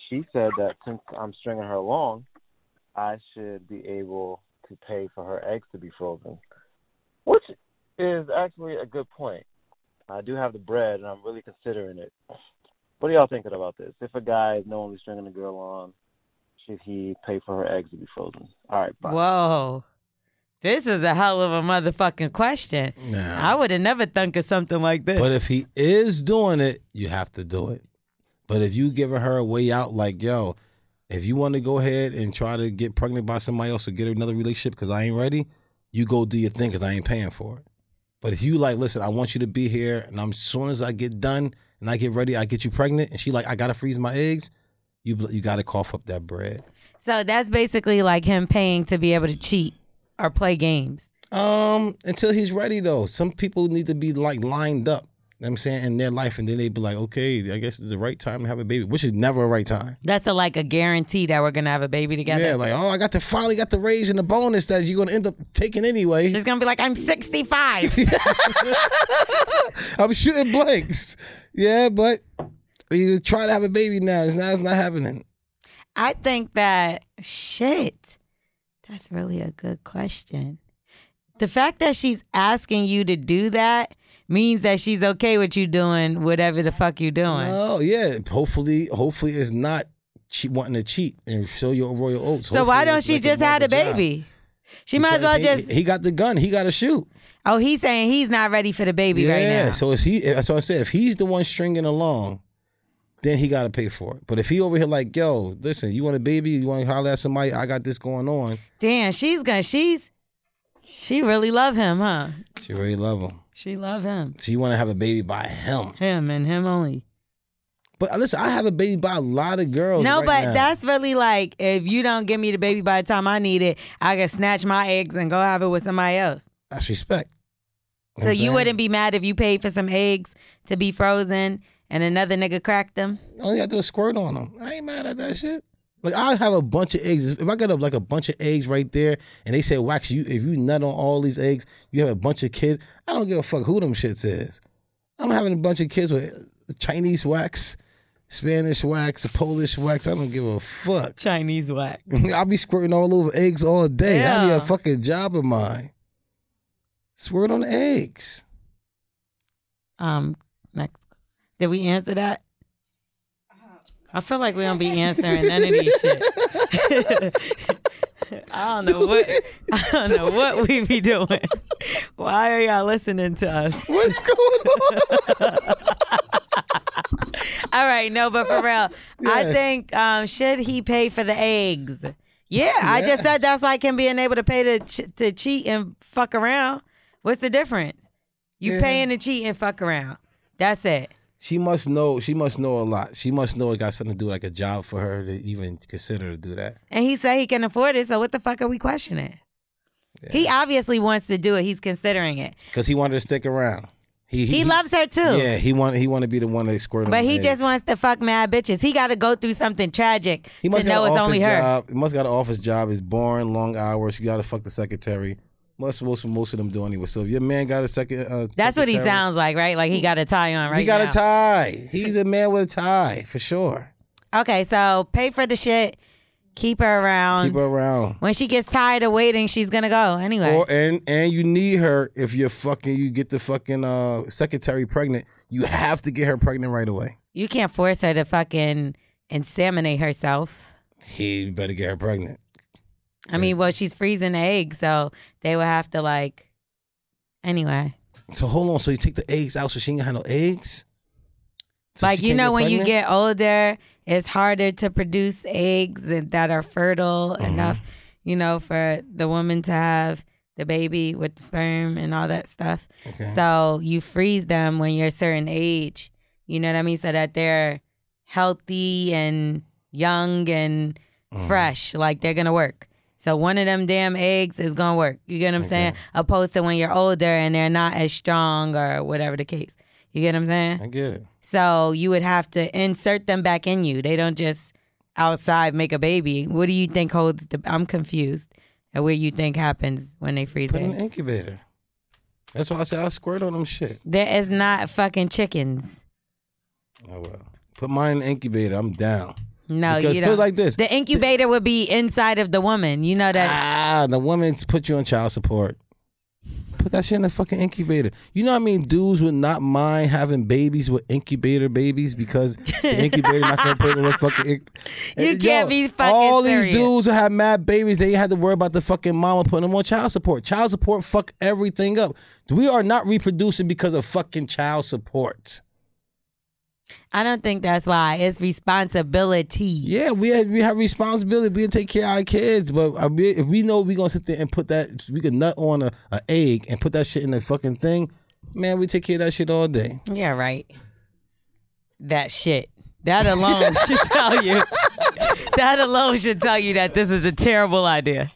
she said that since I'm stringing her along, I should be able to pay for her eggs to be frozen, which is actually a good point. I do have the bread, and I'm really considering it. What are y'all thinking about this? If a guy is knowingly stringing a girl on, should he pay for her eggs to be frozen? All right, bye.
Whoa. This is a hell of a motherfucking question. I would have never thunk of something like this.
But if he is doing it, you have to do it. But if you giving her a way out, like yo, if you want to go ahead and try to get pregnant by somebody else or get another relationship because I ain't ready, you go do your thing because I ain't paying for it. But if you like, listen, I want you to be here, and I'm as soon as I get done and I get ready, I get you pregnant, and she like, I gotta freeze my eggs. You bl- you gotta cough up that bread.
so that's basically like him paying to be able to cheat or play games.
Um, until he's ready though. Some people need to be like lined up. You know what I'm saying in their life, and then they be like, okay, I guess it's the right time to have a baby, which is never a right time.
That's a, like a guarantee that we're gonna have a baby together.
Yeah, like oh, I got the finally got the raise and the bonus that you're gonna end up taking anyway.
She's gonna be like, I'm 65.
I'm shooting blanks. Yeah, but you try to have a baby now. It's not. It's not happening.
I think that shit. That's really a good question. The fact that she's asking you to do that means that she's okay with you doing whatever the fuck you doing.
Oh yeah. Hopefully, hopefully it's not che- wanting to cheat and show your royal oats.
so why
Hopefully
don't
it's
she
like
just had a
normal job.
baby? She might as well
Because he-
just
He got the gun. He got to shoot.
Oh, he's saying he's not ready for the baby
yeah.
right now.
So if he, eh, that's what I said. If he's the one stringing along, then he got to pay for it. But if he over here like, yo, listen, you want a baby? You want to holler at somebody? I got this going on.
Damn, she's gonna she's she really love him, huh?
She really love him.
She love him.
So you want to have a baby by him.
Him and him only.
But uh, listen, I have a baby by a lot of girls.
No,
right
but
now.
that's really like if you don't give me the baby by the time I need it, I can snatch my eggs and go have it with somebody else.
that's respect.
So you wouldn't be mad if you paid for some eggs to be frozen and another nigga cracked them.
All you gotta do is squirt on them. I ain't mad at that shit. Like I have a bunch of eggs. If I got a, like a bunch of eggs right there, and they say, "Wax, you if you nut on all these eggs, you have a bunch of kids." I don't give a fuck who them shits is. I'm having a bunch of kids with Chinese wax, Spanish wax, Polish wax. I don't give a fuck.
Chinese whack.
I'll be squirting all over eggs all day. That'd be a
Yeah.
fucking job of mine. Squirt on the eggs.
Um, next. Did we answer that? I feel like we don't be answering none of these shit. I don't know what I don't know what we be doing. Why are y'all listening to us?
What's going on?
All right, no, but for real, I
Yes.
think um, should he pay for the eggs? Yeah, I just said
Yes.
that's like him being able to pay to ch- to cheat and fuck around. What's the difference? You
Yeah.
paying to cheat and fuck around. That's it.
She must know. She must know a lot. She must know it got something to do like a job for her to even consider to do that.
And he said he can afford it, so what the fuck are we questioning? He obviously wants to do it. He's considering it.
because he wanted to stick around. He
He loves her too.
Yeah, he want he want to be the one that squirted.
But he just wants to fuck mad bitches. He got to go through something tragic
he
to
must got
know
an
it's
office
only her.
job. He must got an office job. It's boring, long hours. He got to fuck the secretary. Most most most of them do anyway. So if your man got a second, uh,
That's what he
secretary,
sounds like, right? Like he got a tie on right
He got
now.
a tie. He's a man with a tie for sure.
Okay, so pay for the shit. Keep her around.
Keep her around.
When she gets tired of waiting, she's gonna go anyway.
Or, and and you need her if you're fucking. You get the fucking uh, secretary pregnant. You have to get her pregnant right away.
you can't force her to fucking inseminate herself.
He better get her pregnant.
I mean, well, she's freezing the egg, so they would have to like. Anyway,
So hold on. So you take the eggs out, so she ain't got no eggs. So
like
she
you
can't
know,
get
when you
pregnant?
get older, it's harder to produce eggs and- that are fertile
Uh-huh.
enough, you know, for the woman to have the baby with the sperm and all that stuff.
Okay.
So you freeze them when you're a certain age. You know what I mean? So that they're healthy and young and
Mm, Mm-hmm.
fresh. Like they're gonna work. So one of them damn eggs is gonna work. You get what I'm saying? Opposed to when you're older and they're not as strong or whatever the case. You get what I'm saying?
I get it.
So you would have to insert them back in you. They don't just outside make a baby. What do you think holds the I'm confused at what you think happens when they freeze
Put in
it.
an incubator. That's why I said I squirt on them shit.
There is not fucking chickens.
Oh well. Put mine in the incubator. I'm down.
No,
Because
you
put it
don't.
like this.
the incubator would be inside of the woman. You know that
ah, the woman put you on child support. Put that shit in the fucking incubator. You know what I mean? Dudes would not mind having babies with incubator babies because the incubator not gonna put in the fucking. inc-
You
Yo,
can't be fucking
All these
serious.
dudes who have mad babies, they had to worry about the fucking mama putting them on child support. Child support fuck everything up. We are not reproducing because of fucking child support.
I don't think that's why. It's responsibility.
Yeah, we have, we have responsibility. We can take care of our kids, but I mean, if we know we're gonna sit there and put that, we can nut on a, a egg and put that shit in the fucking thing. Man, we take care of that shit all day.
Yeah, right. That shit. That alone should tell you. That alone should tell you that this is a terrible idea.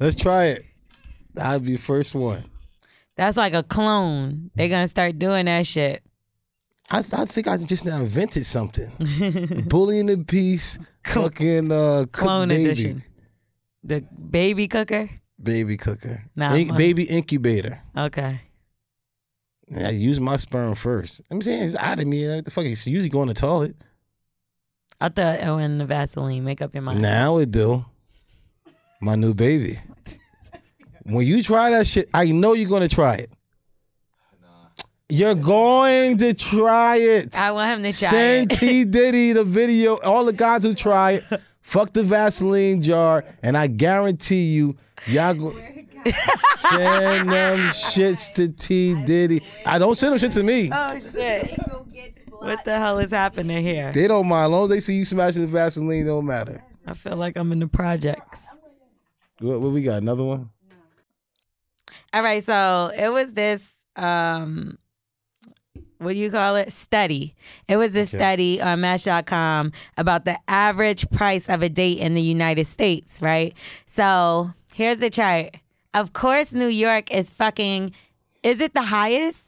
Let's try it. I'll be first one.
That's like a clone. They're gonna start doing that shit.
I, I think I just now invented something. Bullying in peace, fucking uh, cook
Clone
baby,
edition. The baby cooker.
baby cooker,
Nah,
Inc-
mine-
baby incubator.
Okay.
I use my sperm first. I'm saying it's out of me. What the fuck? It's usually going to the toilet.
I thought oh and the Vaseline. Make up your mind.
Now it do. My new baby. When you try that shit, I know you're gonna try it. You're going to try it.
I want him to try
Send
it.
T Diddy the video. All the guys who try it, fuck the Vaseline jar, and I guarantee you, y'all go. Send them shits to T Diddy. I don't send them shit to me.
Oh shit. What the hell is happening here?
They don't mind. As long as they see you smashing the Vaseline, it don't matter.
I feel like I'm in the projects.
What, what we got? Another one?
All right, so it was this um what do you call it? Study. It was this study on Match.com about the average price of a date in the United States, right? So here's the chart. Of course, New York is fucking. Is it the highest?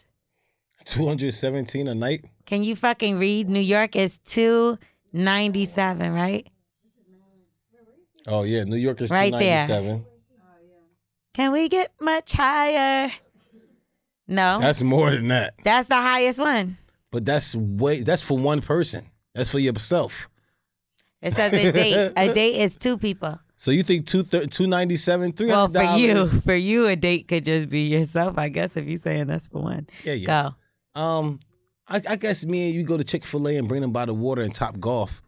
217 a night?
Can you fucking read? New York is 297, right?
Oh yeah, New York is
Right
two ninety
there.
seven.
Can we get much higher? No,
That's more than that.
that's the highest one.
But that's way that's for one person. That's for yourself.
It says a date. a date is two people.
So you think two thir- two ninety seven, three
Well,
hundred
for you, for you, a date could just be yourself, I guess. If you're saying that's for one,
Yeah, yeah.
go.
Um I, I guess me and you go to Chick fil A and bring them by the water and top golf.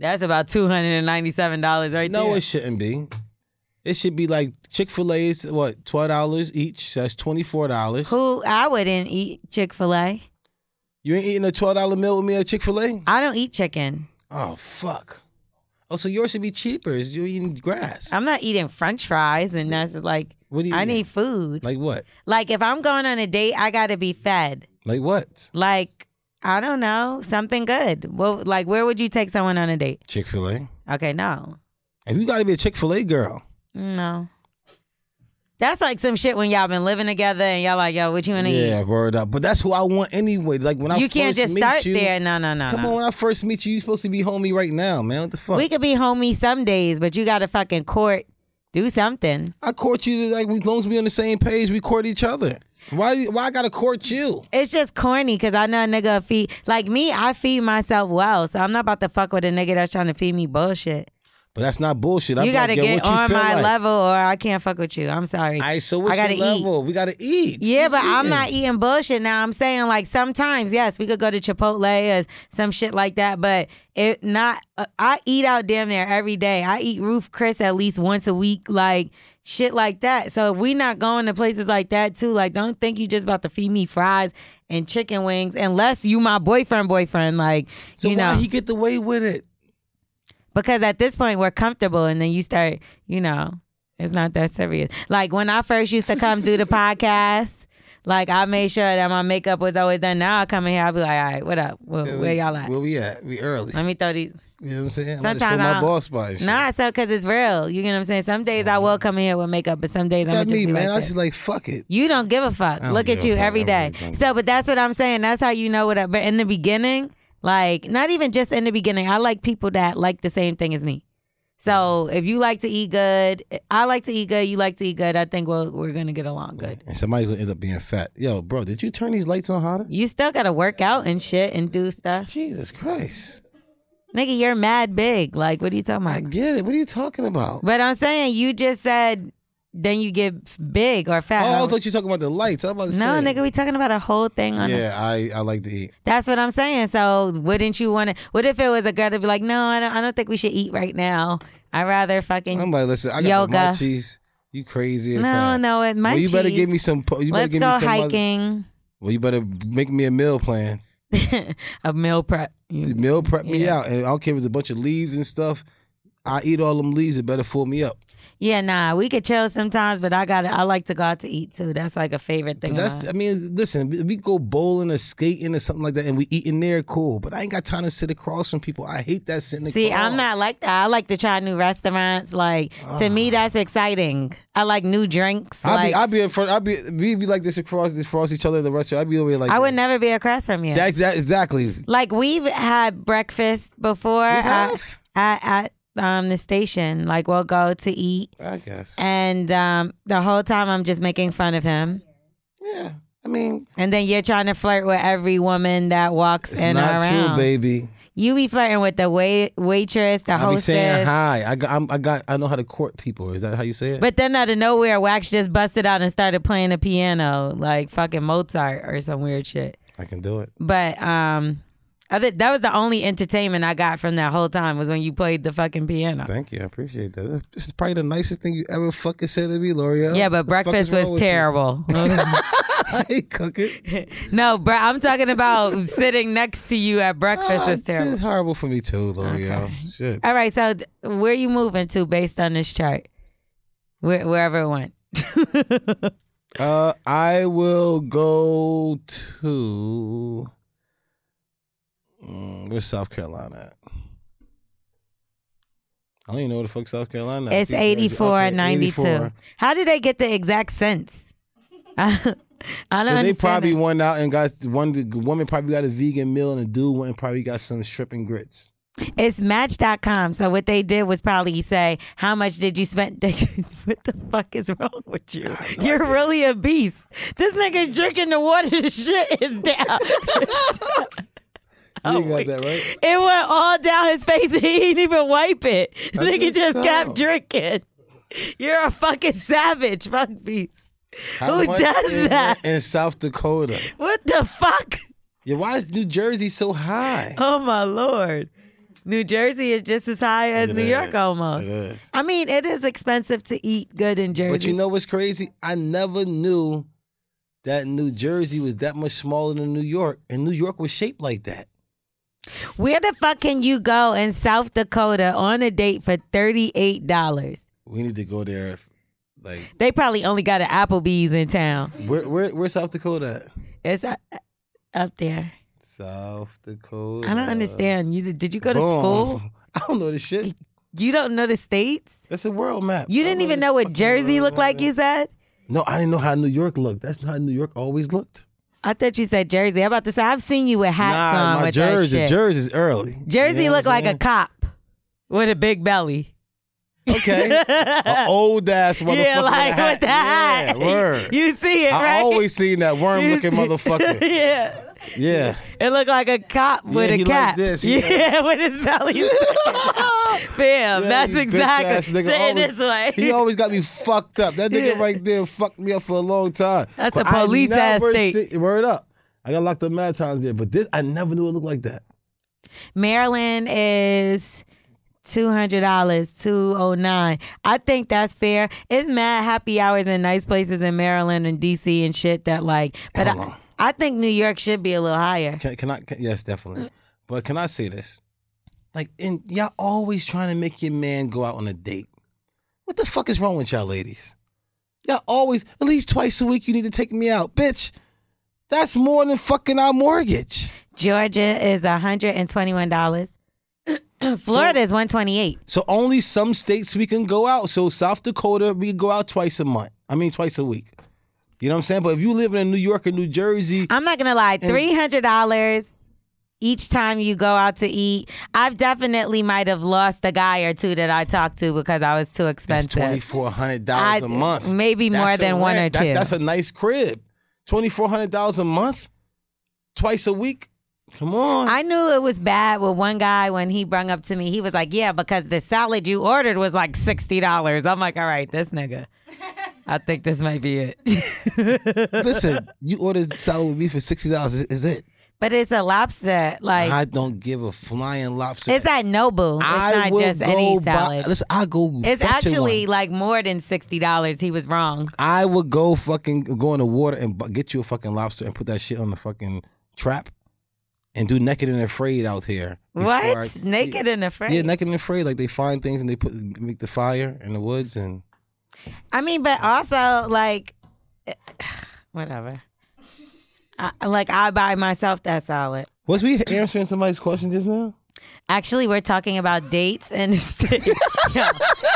That's about two hundred and ninety-seven dollars right
No,
there.
it shouldn't be. It should be like Chick fil A is what, twelve dollars each, so that's twenty four dollars.
Who I wouldn't eat Chick Fil A.
You ain't eating a twelve dollar meal with me at Chick fil A?
I don't eat chicken.
Oh fuck. Oh, so yours should be cheaper. It's- You're eating grass.
I'm not eating French fries, and that's like
What do you
I
eat?
need food.
like what?
Like if I'm going on a date, I got to be fed.
Like what?
Like I don't know something good. Well, like where would you take someone on a date?
Chick fil A.
Okay, no,
And you gotta be a Chick fil A girl.
no. That's like some shit when y'all been living together and y'all like, yo, what you wanna
yeah,
eat?
word up. But that's who I want anyway. Like when I
you
first
can't just
meet
start
you,
there. No, no, no.
Come
no.
on, when I first meet you, you supposed to be homie right now, man. What the fuck?
We could be homie some days, but you gotta fucking court, do something.
I court you like we- as long as we on the same page, we court each other. Why? Why I gotta court you?
It's just corny because I know a nigga feed like me. I feed myself well, so I'm not about to fuck with a nigga that's trying to feed me bullshit.
But that's not bullshit. I'm
you gotta
like, yo,
get
what you
on
feel
my
like?
level, or I can't fuck with you. I'm sorry.
All right, so
I
what's
gotta
your
eat.
level? We gotta eat.
Yeah,
Just
but I'm
eating.
not eating bullshit now. I'm saying like sometimes, yes, we could go to Chipotle or some shit like that, but it not. Uh, I eat out damn near every day. I eat Roof Chris at least once a week, like shit like that. So if we not going to places like that too, like don't think you just about to feed me fries and chicken wings unless you my boyfriend, boyfriend, like
So
you
why
know.
he get the way with it?
because at this point we're comfortable and then you start you know it's not that serious like when i first used to come do the podcast like i made sure that my makeup was always done now i come in here i'll be like all right what up where, where y'all at
Where we at? We early.
let me throw these
You know what I'm saying? I'm about
Sometimes
to show my
I-
ball spot. and shit. Mm.
nah so because it's real you get what i'm saying some days i will come in here with makeup but some days i'm
Got
just
me,
be
man.
like
I
this.
just like fuck it.
You don't give a fuck.
I don't
Look at
give a
you
fuck.
every
I
day.
really don't.
so, but that's what I'm saying. That's how you know what. I, but in the beginning, like not even just in the beginning, I like people that like the same thing as me. So
Mm-hmm.
if you like to eat good, I like to eat good. You like to eat good. I think we'll, we're gonna get along good.
And somebody's gonna end up being fat. Yo, bro, did you turn these lights on hotter?
You still gotta work out and shit and do stuff,
Jesus Christ.
nigga. You're mad big. Like what are you talking
I
about?
get it. What are you talking about?
But I'm saying you just said then you get big or
Oh,
fat.
I thought you were talking about the lights. I'm about to
no,
say.
nigga, we talking about a whole thing on a
Yeah, I, I like to eat.
That's what I'm saying. So wouldn't you want to? What if it was a girl to be like, no, I don't, I don't think we should eat right now. I rather fucking
I'm like, listen, I got
Yoga.
the munchies. You crazy as
no,
hell.
no, it might.
Well, you better give me some. po- You better
Let's
give
go
me some other-
hiking.
well, you better make me a meal plan.
a meal prep.
The meal prep me
Yeah.
out, and I don't care if it's a bunch of leaves and stuff. I eat all them leaves. It better fill me up.
Yeah, nah, we could chill sometimes, but I got to I like to go out to eat too. That's like a favorite thing.
But
of
that's.
mine.
I mean, listen. If we go bowling or skating or something like that, and we eat in there, cool. But I ain't got time to sit across from people. I hate that sitting.
See,
across.
I'm not like that. I like to try new restaurants. Like to me, that's exciting. I like new drinks.
I'd
like,
Ah. be. I'd be in front. I'd be. We'd be like this across across each other in the restaurant. I'd be over here like.
I would
that.
never be across from you.
That, that exactly.
Like we've had breakfast before at,
have?
at at um the station. Like we'll go to eat,
I guess.
and um the whole time I'm just making fun of him,
Yeah. I mean,
and then you're trying to flirt with every woman that walks
it's
in or
not
around.
true, baby.
You be flirting with the wait waitress, the
I be saying
hostess.
hi. I got. I'm, I got. I know how to court people. Is that how you say it?
But then out of nowhere, Wax just busted out and started playing the piano like fucking Mozart or some weird shit.
I can do it.
But um, other that was the only entertainment I got from that whole time was when you played the fucking piano.
Thank you. I appreciate that. This is probably the nicest thing you ever fucking said to me, L'Oreal.
Yeah, but
The fuck
breakfast
is wrong
was
with you?
terrible.
I ain't cooking.
no, bro, I'm talking about sitting next to you at breakfast
Ah,
was terrible.
It's horrible for me too, L'Oreal. Shit.
All right, so th- where you moving to based on this chart? Where, wherever it went.
Uh, I will go to. Mm, where's South Carolina at? I don't even know where the fuck South Carolina. is.
it's 84, 92.
84.
How did they get the exact sense? I don't
Cause
understand.
they probably
that.
went out and got one. The woman probably got a vegan meal, and the dude went and probably got some shrimp and grits.
It's Match.com. So what they did was probably say, "How much did you spend?" what the fuck is wrong with you? You're really a beast. This nigga's drinking the water. The shit is down. Oh
you got that right.
it went all down his face. and He didn't even wipe it. Nigga
think
just
so.
kept drinking. You're a fucking savage, fuck beast. Who
much
does
it went
that?
in South Dakota?
What the fuck?
Yeah, why is New Jersey so high?
Oh my lord. New Jersey is just as high as
It
New York
is.
almost.
It is.
I mean, it is expensive to eat good in Jersey.
But you know what's crazy? I never knew that New Jersey was that much smaller than New York, and New York was shaped like that.
where the fuck can you go in South Dakota on a date for thirty-eight dollars?
We need to go there. Like,
They probably only got an Applebee's in town.
where where where's South Dakota? At?
It's uh, up there.
South Dakota.
I don't understand. You did you go to
Boom.
school?
I don't know this shit.
You don't know the states?
That's a world map.
You
I
didn't
know
even
this
know what
fucking
Jersey
world
looked
map,
like,
man.
you said?
No, I didn't know how New York looked. That's not how New York always looked.
I thought you said Jersey. I'm about to say I've seen you with hats
nah,
on
my
with
Jersey,
that shit.
Jersey's early.
Jersey
You know
looked
what
like
I'm
a cop with a big belly.
saying? okay, an old ass motherfucker.
Yeah, like
hat.
with the hat.
Yeah, word.
You see it,
I
right?
always seen that worm
You
looking
see-
motherfucker.
yeah.
Yeah.
It looked like a cop with
Yeah,
a
he like
cap.
this, he
yeah,
like-
with his belly sticking out. Fam,
Yeah,
that's
you bitch ass
exactly
nigga
sitting
always-
this way.
He always got me fucked up. That nigga
Yeah.
right there fucked me up for a long time.
That's
But
a
I
police ass
never
state.
see- word up. I got locked up mad times there, but this I never knew it looked like that.
Maryland is two hundred dollars, two oh nine. I think that's fair. It's mad happy hours and nice places in Maryland and DC and shit that like but
Hold
I,
on.
I think New York should be a little higher.
Can, can I? Can, yes, definitely. But can I say this? Like, and y'all always trying to make your man go out on a date. What the fuck is wrong with y'all ladies? Y'all always at least twice a week you need to take me out, bitch. That's more than fucking our mortgage.
Georgia is hundred and twenty one dollars. Florida is one twenty eight.
So only some states we can go out. So South Dakota, we go out twice a month. I mean, twice a week. You know what I'm saying? But if you live in New York or New Jersey,
I'm not gonna lie, three hundred dollars each time you go out to eat. I've definitely might have lost a guy or two that I talked to because I was too
that's
expensive.
twenty four hundred
I-
dollars a month.
Maybe
That's
more
a
than one
rent.
or
that's,
two.
That's a nice crib. Twenty four hundred dollars a month, twice a week. Come on.
I knew it was bad with one guy when he brung up to me. He was like, "Yeah, because the salad you ordered was like sixty dollars." I'm like, "All right, this nigga, I think this might be it."
Listen, you ordered salad with me for sixty dollars. Is, is it?
but it's a lobster, like
I don't give a flying lobster.
it's at Nobu. It's
I
not
will
just
go
any
buy-
salad.
listen, I go.
it's
fetch you
actually
one.
like more than sixty dollars. He was wrong.
I would go fucking go in the water and bu- get you a fucking lobster and put that shit on the fucking trap and do naked and afraid out here. before
What?
I-
Naked and afraid.
Yeah, naked and afraid. Like they find things and they put make the fire in the woods and
I mean, but also like, whatever. I, like I buy myself that salad.
was we answering somebody's question just now?
Actually, we're talking about dates and states. Yo,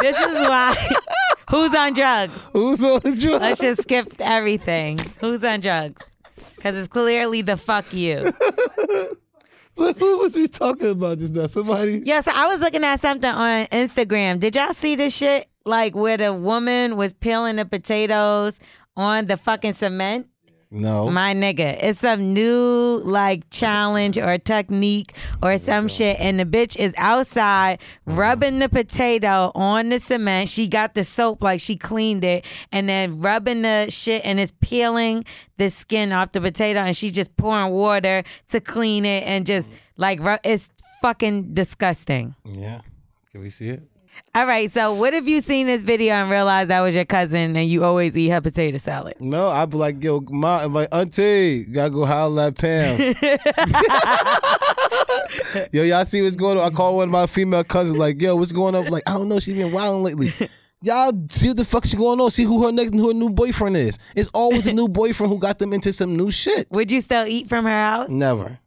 this is why. Who's on drugs?
Who's on the drug?
Let's just skip everything. Who's on drugs? Because it's clearly the fuck you.
What was we talking about just now? Somebody.
Yeah, so I was looking at something on Instagram. Did y'all see this shit? Like where the woman was peeling the potatoes on the fucking cement?
No.
My nigga, it's some new like challenge or technique or some shit, and the bitch is outside rubbing the potato on the cement. She got the soap like she cleaned it, and then rubbing the shit, and it's peeling the skin off the potato, and she's just pouring water to clean it, and just like rub- it's fucking disgusting.
yeah. Can we see it?
All right, so what if you seen this video and realized that was your cousin, and you always eat her potato salad?
No, I'd be like, yo, my, my auntie, gotta go holler at Pam. yo, y'all see what's going on? I call one of my female cousins, like, yo, what's going on? Like, I don't know, she's been wilding lately. Y'all see what the fuck she going on? See who her next, who her new boyfriend is. It's always a new boyfriend who got them into some new shit.
Would you still eat from her house?
Never,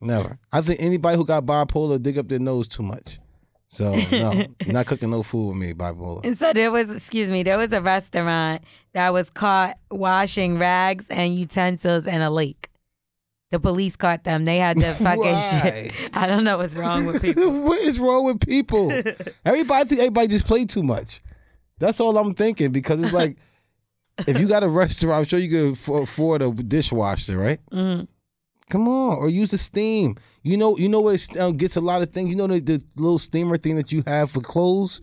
never. I think anybody who got bipolar dig up their nose too much. So no, not cooking no food with me, bipolar.
And so there was, excuse me, there was a restaurant that was caught washing rags and utensils in a lake. The police caught them. They had to fucking
Why?
shit. I don't know what's wrong with people.
what is wrong with people? Everybody think everybody just played too much. That's all I'm thinking because it's like if you got a restaurant, I'm sure you could affo- afford a dishwasher, right?
Mm-hmm.
Come on, or use the steam. You know, you know what st- um, gets a lot of things. You know the, the little steamer thing that you have for clothes.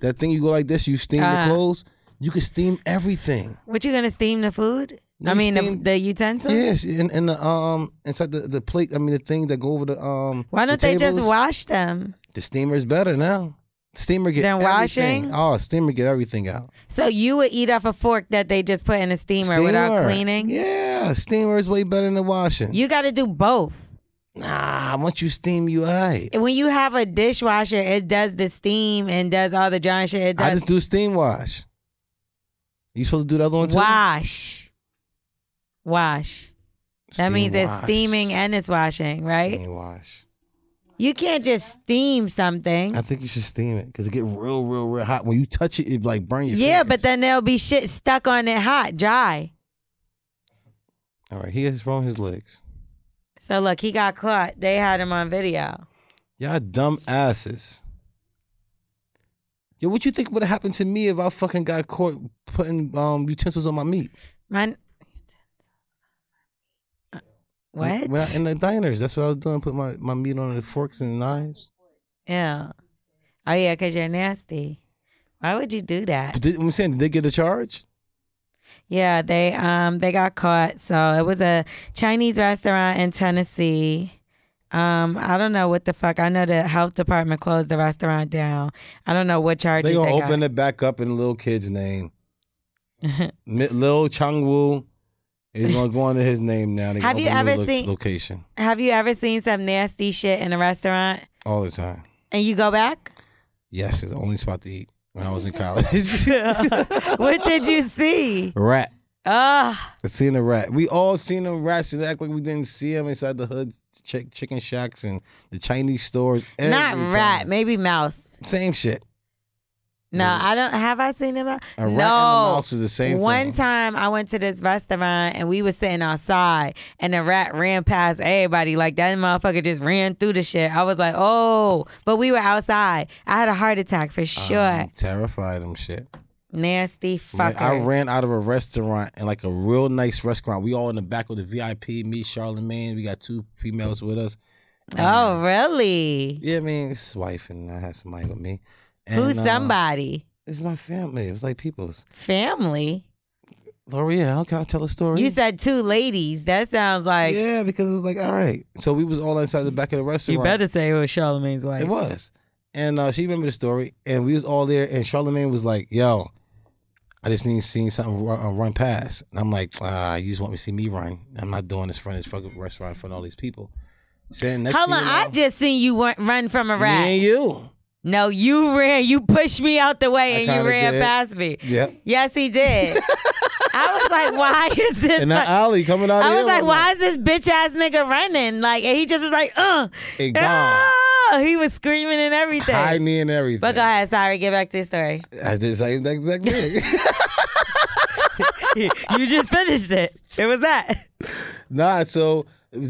That thing you go like this, you steam
Uh-huh.
the clothes. You can steam everything.
What you gonna steam the food?
No,
I
you
mean the,
steam-
the utensils.
Yes, and and the um inside the, the plate. I mean the thing that go over the um.
Why
the
don't they just
tables.
wash them?
The steamer's better now. Steamer get
Than
everything.
washing?
Oh, steamer get everything out.
So you would eat off a fork that they just put in a steamer, without cleaning.
Yeah, steamer is way better than washing.
You got to do both.
nah, once you steam, you alright.
When you have a dishwasher, it does the steam and does all the drying shit. It
I
does
just do steam wash. You supposed to do the other one too?
Wash. Wash. That
Steam
means it's
wash.
steaming and it's washing, right?
Steam wash.
You can't just steam something.
I think you should steam it because it get real, real, real hot. When you touch it, it like burn your.
Yeah,
fingers.
but then there'll be shit stuck on it hot, dry.
all right, he has thrown his legs.
So look, he got caught. They had him on video.
Y'all dumb asses. Yo, what you think would have happened to me if I fucking got caught putting um utensils on my meat?
My what?
When I- in the diners, that's what I was doing. Put my, my meat on the forks and knives.
yeah. Oh yeah, cause you're nasty. Why would you do that?
But did, I'm saying, did they get a charge?
Yeah, they um they got caught. So it was a Chinese restaurant in Tennessee. Um, I don't know what the fuck. I know the health department closed the restaurant down. I don't know what charges
They gonna
they
open
got.
it back up in the little kid's name. Mi- Lil Chung Woo is gonna go under his name now. They gonna
Have you
open a new
ever
lo-
seen-
location
Have you ever seen some nasty shit in a restaurant
all the time?
and you go back?
Yes, it's the only spot to eat when I was in college.
what did you see?
rat.
Ah,
I seen a rat. We all seen them rats. and act like we didn't see them inside the hood, chick, chicken shacks and the Chinese stores. every
not rat,
time.
maybe mouse.
Same shit.
No, I don't. Have I seen a mouse?
A rat
no.
and a mouse is the same
One
thing.
time I went to this restaurant and we was sitting outside and the rat ran past everybody. Like that motherfucker just ran through the shit. I was like, oh, but we were outside. I had a heart attack
Uh-huh.
for sure.
I'm terrified of them shit.
Nasty
Man,
fucker.
I ran out of a restaurant and like a real nice restaurant. We all in the back with the VIP. Me, Charlemagne. We got two females with us.
oh, really?
Yeah, I mean, it's his wife and I had somebody with me. And,
Who's
uh,
somebody?
It's my family. It was like people's.
Family.
L'Oreal, can I tell a story?
You said two ladies. That sounds like
yeah, because it was like, all right. So we was all inside the back of the restaurant.
you better say it was Charlemagne's wife.
It was. And uh, she remembered the story, and we was all there, and Charlemagne was like, yo, I just need to see something run, uh, run past. And I'm like, ah, you just want me to see me run. I'm not doing this front of this fucking restaurant in front of all these people. Saying next
Hold
thing
on,
you
I
know,
just seen you wa- run from a
me
rat.
and you.
No, you ran. You pushed me out the
I
way and
kinda
you ran
did.
past me.
Yep.
Yes, he did. I was like, why is this?
And that
fuck-
alley coming out of
I was
here
like,
one
why
night.
is this bitch ass nigga running? Like, and he just was like, uh.
It gone.
ah! He was screaming and everything.
High knee and everything.
but go ahead, sorry, get back to the story.
I did the same exact thing.
you just finished it. It was that.
Nah, so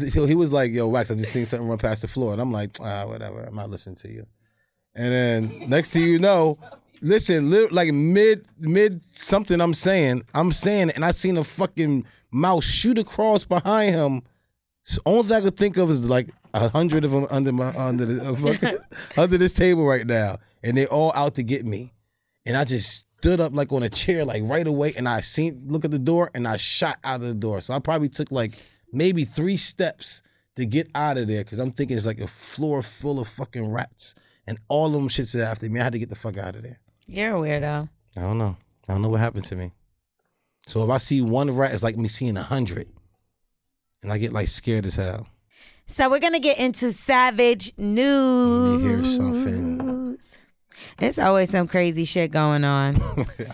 so he was like, "Yo, Wax, I just seen something run past the floor," and I'm like, "Ah, whatever, I'm not listening to you." And then next thing you know, listen, lit- like mid mid something, I'm saying, I'm saying, it, and I seen a fucking mouse shoot across behind him. So only thing I could think of is like a hundred of them under my under the, uh, fucking- under this table right now, and they all out to get me. And I just stood up like on a chair, like right away, and I seen look at the door, and I shot out of the door. So I probably took like maybe three steps to get out of there because I'm thinking it's like a floor full of fucking rats, and all of them shits are after me. I had to get the fuck out of there.
You're a weirdo.
I don't know. I don't know what happened to me. So if I see one rat, it's like me seeing a hundred, and I get like scared as hell.
So we're gonna get into savage
Let
news.
me hear something.
It's always some crazy shit going on.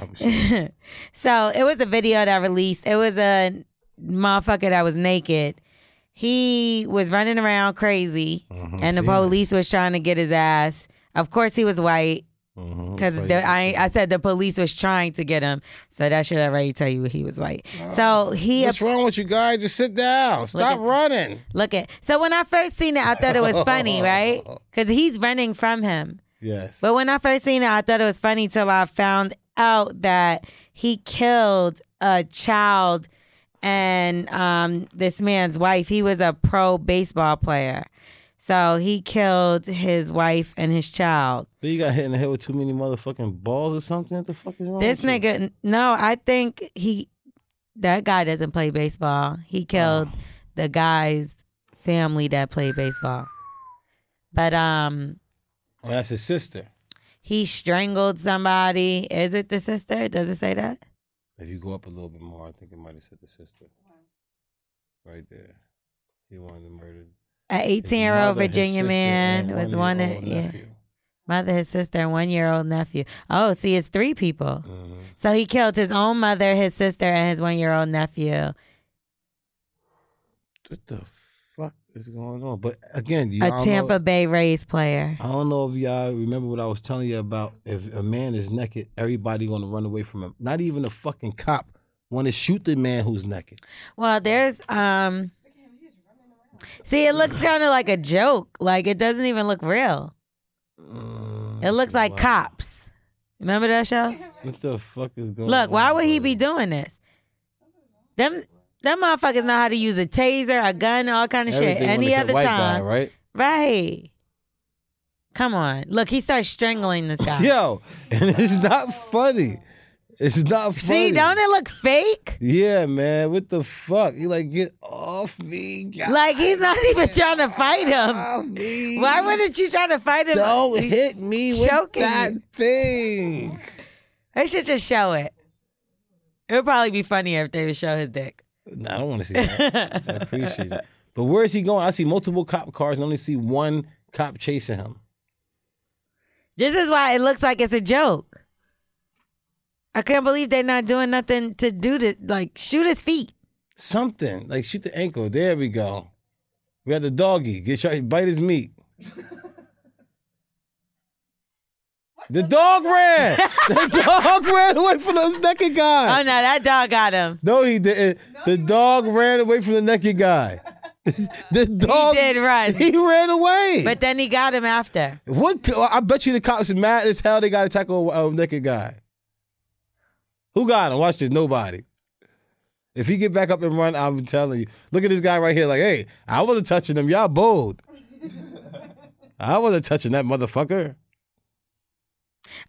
I'm sure.
So it was a video that released. It was a motherfucker that was naked. He was running around crazy, and the
Mm-hmm.
police was trying to get his ass. Of course, he was white
Mhm.
because I I said the police was trying to get him. So that should already tell you he was white. So he
What's wrong with you guys? Just sit down. Stop
at-
running.
look at. So when I first seen it, I thought it was funny, right? Because he's running from him.
Yes.
But when I first seen it, I thought it was funny till I found out that he killed a child and um, this man's wife. He was a pro baseball player. So he killed his wife and his child.
But you got hit in the head with too many motherfucking balls or something. What the fuck is wrong?
This
with you?
nigga, no, I think he, that guy doesn't play baseball. He killed the guy's family that played baseball. But um,
Oh, that's his sister.
he strangled somebody. Is it the sister? Does it say that?
If you go up a little bit more, I think it might have said the sister. Right there. He wanted to murder.
An
his
18 year old
mother, his
Virginia
sister,
man
and
was
one
wanted. Yeah. Mother, his sister, and one year old nephew. Oh, see, it's three people.
Mm-hmm.
So he killed his own mother, his sister, and his one year old nephew.
What the fuck is going on. But again, you, I
a
don't
Tampa
know,
Bay Rays player.
I don't know if y'all remember what I was telling you about. If a man is naked, everybody gonna run away from him. Not even a fucking cop want to shoot the man who's naked.
Well, there's um. See, it looks kind of like a joke. Like it doesn't even look real.
Mm,
It looks like cops. Remember that show?
What the fuck is going?
Look,
on?
why would he be doing this? Them, them motherfuckers know how to use a taser, a gun, all kind of shit.
Everything on
Any
the
other
white guy,
time,
right?
right? Come on, look, he starts strangling this guy.
Yo, and it's not funny. It's not funny.
See, don't it look fake?
Yeah, man. What the fuck? You like get off me, God.
Like he's not even trying to fight him.
off me.
Why wouldn't you try to fight him?
Don't hit me with
choking
that
you.
thing.
They should just show it. It would probably be funnier if they would show his dick.
No, I don't want to see that. I appreciate it. But where is he going? I see multiple cop cars and only see one cop chasing him.
This is why it looks like it's a joke. I can't believe they're not doing nothing to do this. Like shoot his feet.
Something like shoot the ankle. There we go. We got the doggy. Get your, bite his meat. The dog ran. the dog ran away from the naked guy.
Oh no, that dog got him.
No, he didn't. the dog ran away from the naked guy. the dog.
did run.
He ran away.
But then he got him after.
what? co- I bet you the cops are mad as hell. They got to tackle a, a naked guy. Who got him? Watch this. Nobody. If he get back up and run, I'm telling you. Look at this guy right here. Like, hey, I wasn't touching him. Y'all bold. I wasn't touching that motherfucker.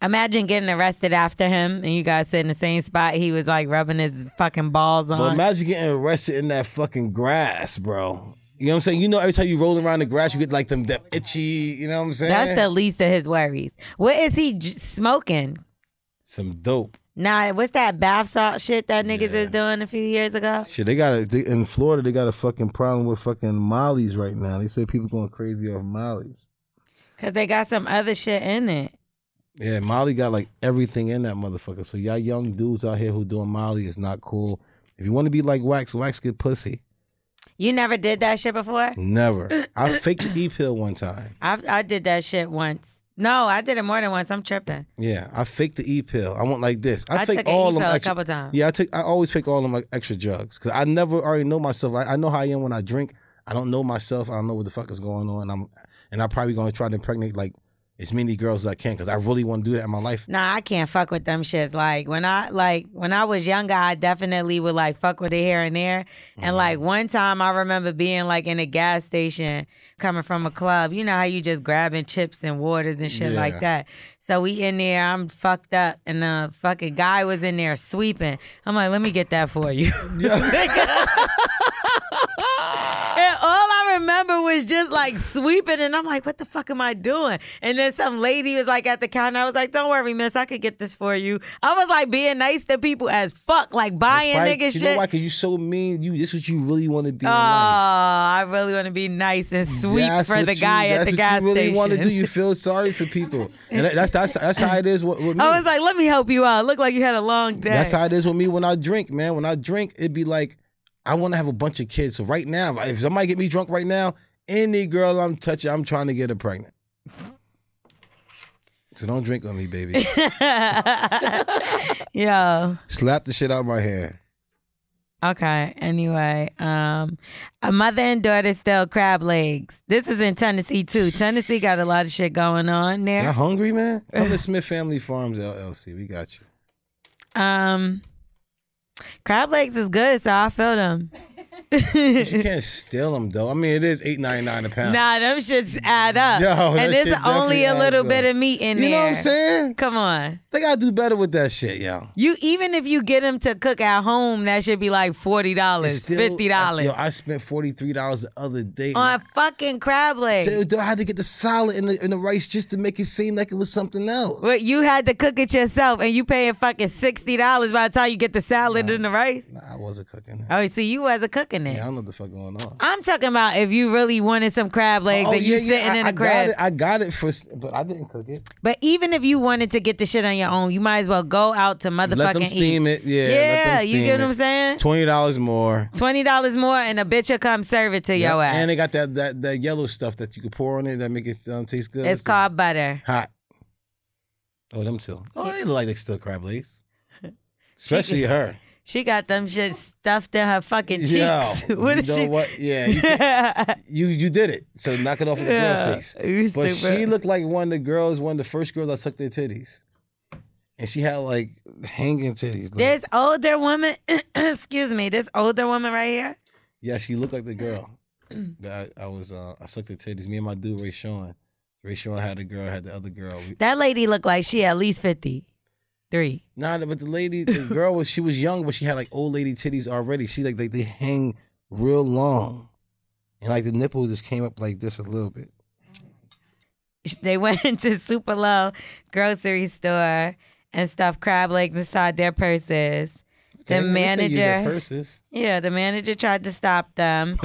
Imagine getting arrested after him and you guys sit in the same spot he was like rubbing his fucking balls
But
on.
imagine getting arrested in that fucking grass, bro. You know what I'm saying? You know, every time you roll around the grass, you get like them, them itchy. You know what I'm saying?
That's the least of his worries. What is he j- smoking?
some dope.
Nah, what's that bath salt shit that niggas is doing a few years ago?
Shit, they got a, they, in Florida. They got a fucking problem with fucking mollies right now. They say people going crazy off mollies.
Cause they got some other shit in it.
Yeah, Molly got like everything in that motherfucker. So y'all young dudes out here who doing Molly is not cool. If you want to be like Wax, Wax get pussy.
You never did that shit before?
Never. I faked the E pill one time.
I I did that shit once. No, I did it more than once. I'm tripping.
Yeah, I faked the E pill. I went like this. I,
I
faked
took an
all
E
them
pill a
extra-
couple times.
Yeah, I take. I always fake all them like extra drugs because I never already know myself. I, I know how I am when I drink. I don't know myself. I don't know what the fuck is going on. I'm and I'm probably gonna try to impregnate like as many girls as I can because I really want to do that in my life.
Nah, I can't fuck with them shits. Like when I like when I was younger, I definitely would like fuck with it here and there. And
Mm-hmm.
like one time, I remember being like in a gas station, coming from a club. You know how you just grabbing chips and waters and shit
Yeah.
like that. So we in there, I'm fucked up, and the fucking guy was in there sweeping. I'm like, let me get that for you. And all I remember was just like sweeping, and I'm like, what the fuck am I doing? And then some lady was like at the counter. I was like, don't worry, miss, I could get this for you. I was like being nice to people as fuck, like buying
Right?
nigga
you know
shit.
why? Because you so mean. You this is what you really want to be.
Oh,
in life.
I really want to be nice and sweet
That's
for
what
the
you-
guy at
that's
the
what
gas
you really
station.
want to do. You feel sorry for people, and that- that's that's that's how it is. With, with me.
I was like, let me help you out. Look like you had a long day.
That's how it is with me when I drink, man. When I drink, it'd be like, I want to have a bunch of kids. So right now, if somebody get me drunk right now, any girl I'm touching, I'm trying to get her pregnant. So don't drink on me, baby.
Yo.
Slap the shit out of my hair.
Okay. Anyway, um, a mother and daughter still crab legs. This is in Tennessee too. Tennessee got a lot of shit going on
Y'all
there.
hungry, man? Come to Smith Family Farms LLC. We got you.
Um, crab legs is good, so I feel them.
But you can't steal them though. I mean, it is eight ninety nine a pound.
Nah, them shits add up.
Yo, that
and it's
shit
only
definitely
a
adds
little
up.
bit of meat in
you
there.
know what I'm saying?
Come on.
They gotta do better with that shit, yo.
You even if you get them to cook at home, that should be like forty
It's
dollars,
still-
fifty dollars
Yo, I spent forty three dollars the other day.
on fucking crab legs.
So I had to get the salad and the, and the rice just to make it seem like it was something else.
But you had to cook it yourself, and you paying fucking sixty dollars by the time you get the salad and the rice.
Nah, I wasn't cooking.
Oh, see, you wasn't cooking cooking it.
Yeah, I don't know what the fuck going on.
I'm talking about if you really wanted some crab legs
Oh,
and you
yeah, yeah,
sitting
I-
in a
I got
crib.
it- I got it for, s- but I didn't cook it.
But even if you wanted to get the shit on your own, you might as well go out to motherfucking
Let them
eat.
steam it. Yeah. let
Yeah,
them
you
steam
get
it.
what I'm saying?
Twenty dollars more.
Twenty dollars more and a bitch will come serve it to your
Yep,
ass.
And they got that that that yellow stuff that you could pour on it that make it um, taste good.
it's called butter.
hot. Oh, them two. Oh, they look like they still crab legs. Especially her.
She got them shit stuffed in her fucking cheeks.
Yo,
what
you
is
know
she?
what? Yeah, you, can- you you did it. So knock it off with the girl face.
You
But she
stupid.
looked like one of the girls, one of the first girls that sucked their titties, and she had like hanging titties. Like,
This older woman, excuse me, this older woman right here.
Yeah, she looked like the girl that I, I was. Uh, I sucked her titties. Me and my dude Ray Sean. Ray Sean had a girl. Had the other girl. We,
That lady looked like she at least fifty three.
nah, but the lady, the girl was. She was young, but she had like old lady titties already. She like they, they hang real long, and like the nipple just came up like this a little bit.
They went into Super Low grocery store and stuffed crab legs inside their purses. The
Dang, at least they use their
manager,
purses.
yeah, the manager tried to stop them,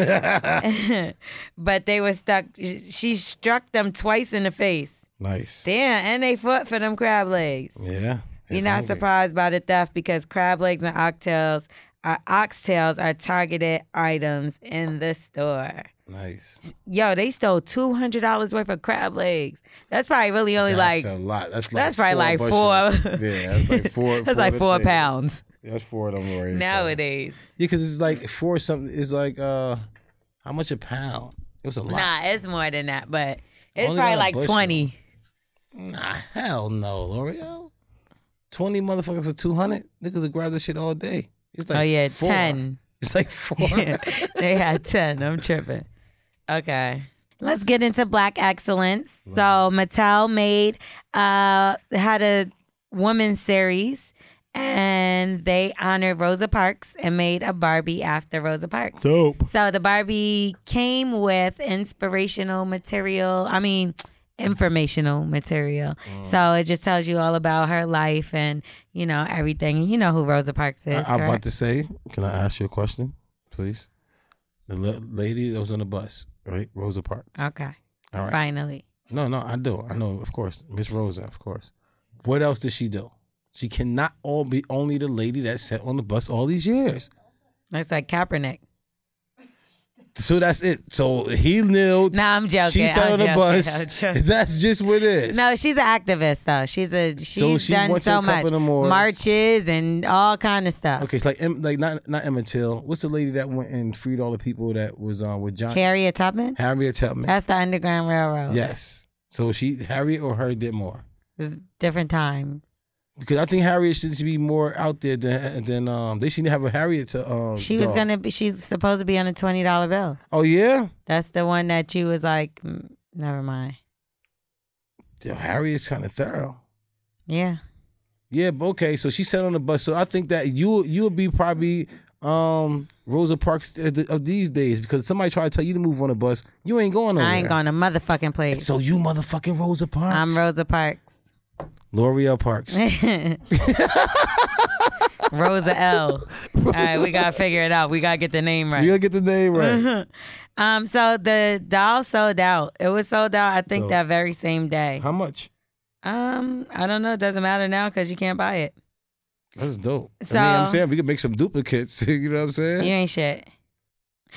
but they were stuck. She struck them twice in the face.
nice.
Damn, and they fought for them crab legs.
Yeah.
You're
it's
not
hungry.
surprised by the theft because crab legs and oxtails are oxtails are targeted items in the store.
Nice.
Yo, they stole two hundred dollars worth of crab legs. That's probably really only
That's
like
a lot. That's like
that's probably
four bushels.
like four.
yeah, that's like four.
that's like
of
four
things.
pounds
That's four of them already.
nowadays.
Yeah, because it's like four something. It's like uh, how much a pound? It was a lot.
Nah, it's more than that, but it's
Only
probably
about a
like
bushel.
twenty.
Nah, hell no, L'Oreal. Twenty motherfuckers for two hundred. Niggas will grab this shit all day. It's like
oh yeah,
four.
ten.
It's like four.
they had 10. I'm tripping. Okay. Let's get into black excellence. So Mattel made uh had a women's series and they honored Rosa Parks and made a Barbie after Rosa Parks.
Dope.
So the Barbie came with inspirational material. I mean, informational material.
Mm.
So it just tells you all about her life and, you know, everything. And you know who Rosa Parks is.
I, am
correct?
about to say. Can I ask you a question, please? The la- lady that was on the bus, right? Rosa Parks.
okay.
All right.
Finally.
No, no, I do. I know, of course. Miss Rosa, of course. What else does she do? She cannot all be only the lady that sat on the bus all these years.
That's like Kaepernick.
So that's it. So he knew
No, I'm joking.
she sat
I'm
on the
joking.
bus.
I'm joking.
That's just what it is.
No, she's an activist though. She's a she's
So she
done
wants a
so
couple
much
of them awards.
marches and all kind of stuff.
Okay, it's like Em- like not not Emmett Till. What's the lady that went and freed all the people that was on with John
Harriet Tubman.
Harriet Tubman?
That's the Underground Railroad.
Yes. So she Harriet or her did more
It's different time.
because I think Harriet should should be more out there than than um they should have a Harriet to um.
She was
dog.
gonna be. She's supposed to be on a twenty dollar bill.
Oh yeah.
That's the one that you was like, mm, never mind.
Yo, Harriet's kind of thorough.
Yeah.
Yeah, but okay. So she sat on the bus. So I think that you you would be probably um Rosa Parks of the- of these days because somebody try to tell you to move on a bus, you ain't going nowhere.
I ain't going to motherfucking place.
So you motherfucking Rosa Parks.
I'm Rosa Parks.
L'Oreal Parks.
Rosa L. All right, we gotta figure it out. We gotta get the name right. Mm-hmm.
You gotta get the name right.
Um, so the doll sold out. It was sold out. I think
Dope.
that very same day.
How much?
Um, I don't know. It doesn't matter now because you can't buy it.
That's dope. I
So-
mean, I'm saying we could make some duplicates. you know what I'm
You
saying?
ain't shit.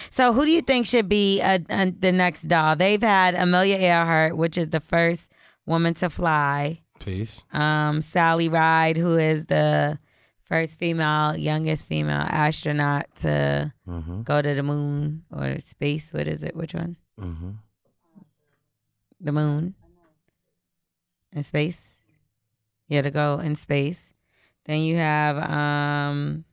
So who do you think should be uh uh the next doll? They've had Amelia Earhart, which is the first woman to fly.
Peace.
Um, Sally Ride, who is the first female, youngest female astronaut to
Mm-hmm.
go to the moon or space. What is it? Which one?
Mm-hmm.
the moon in space. Yeah, to go in space. Then you have um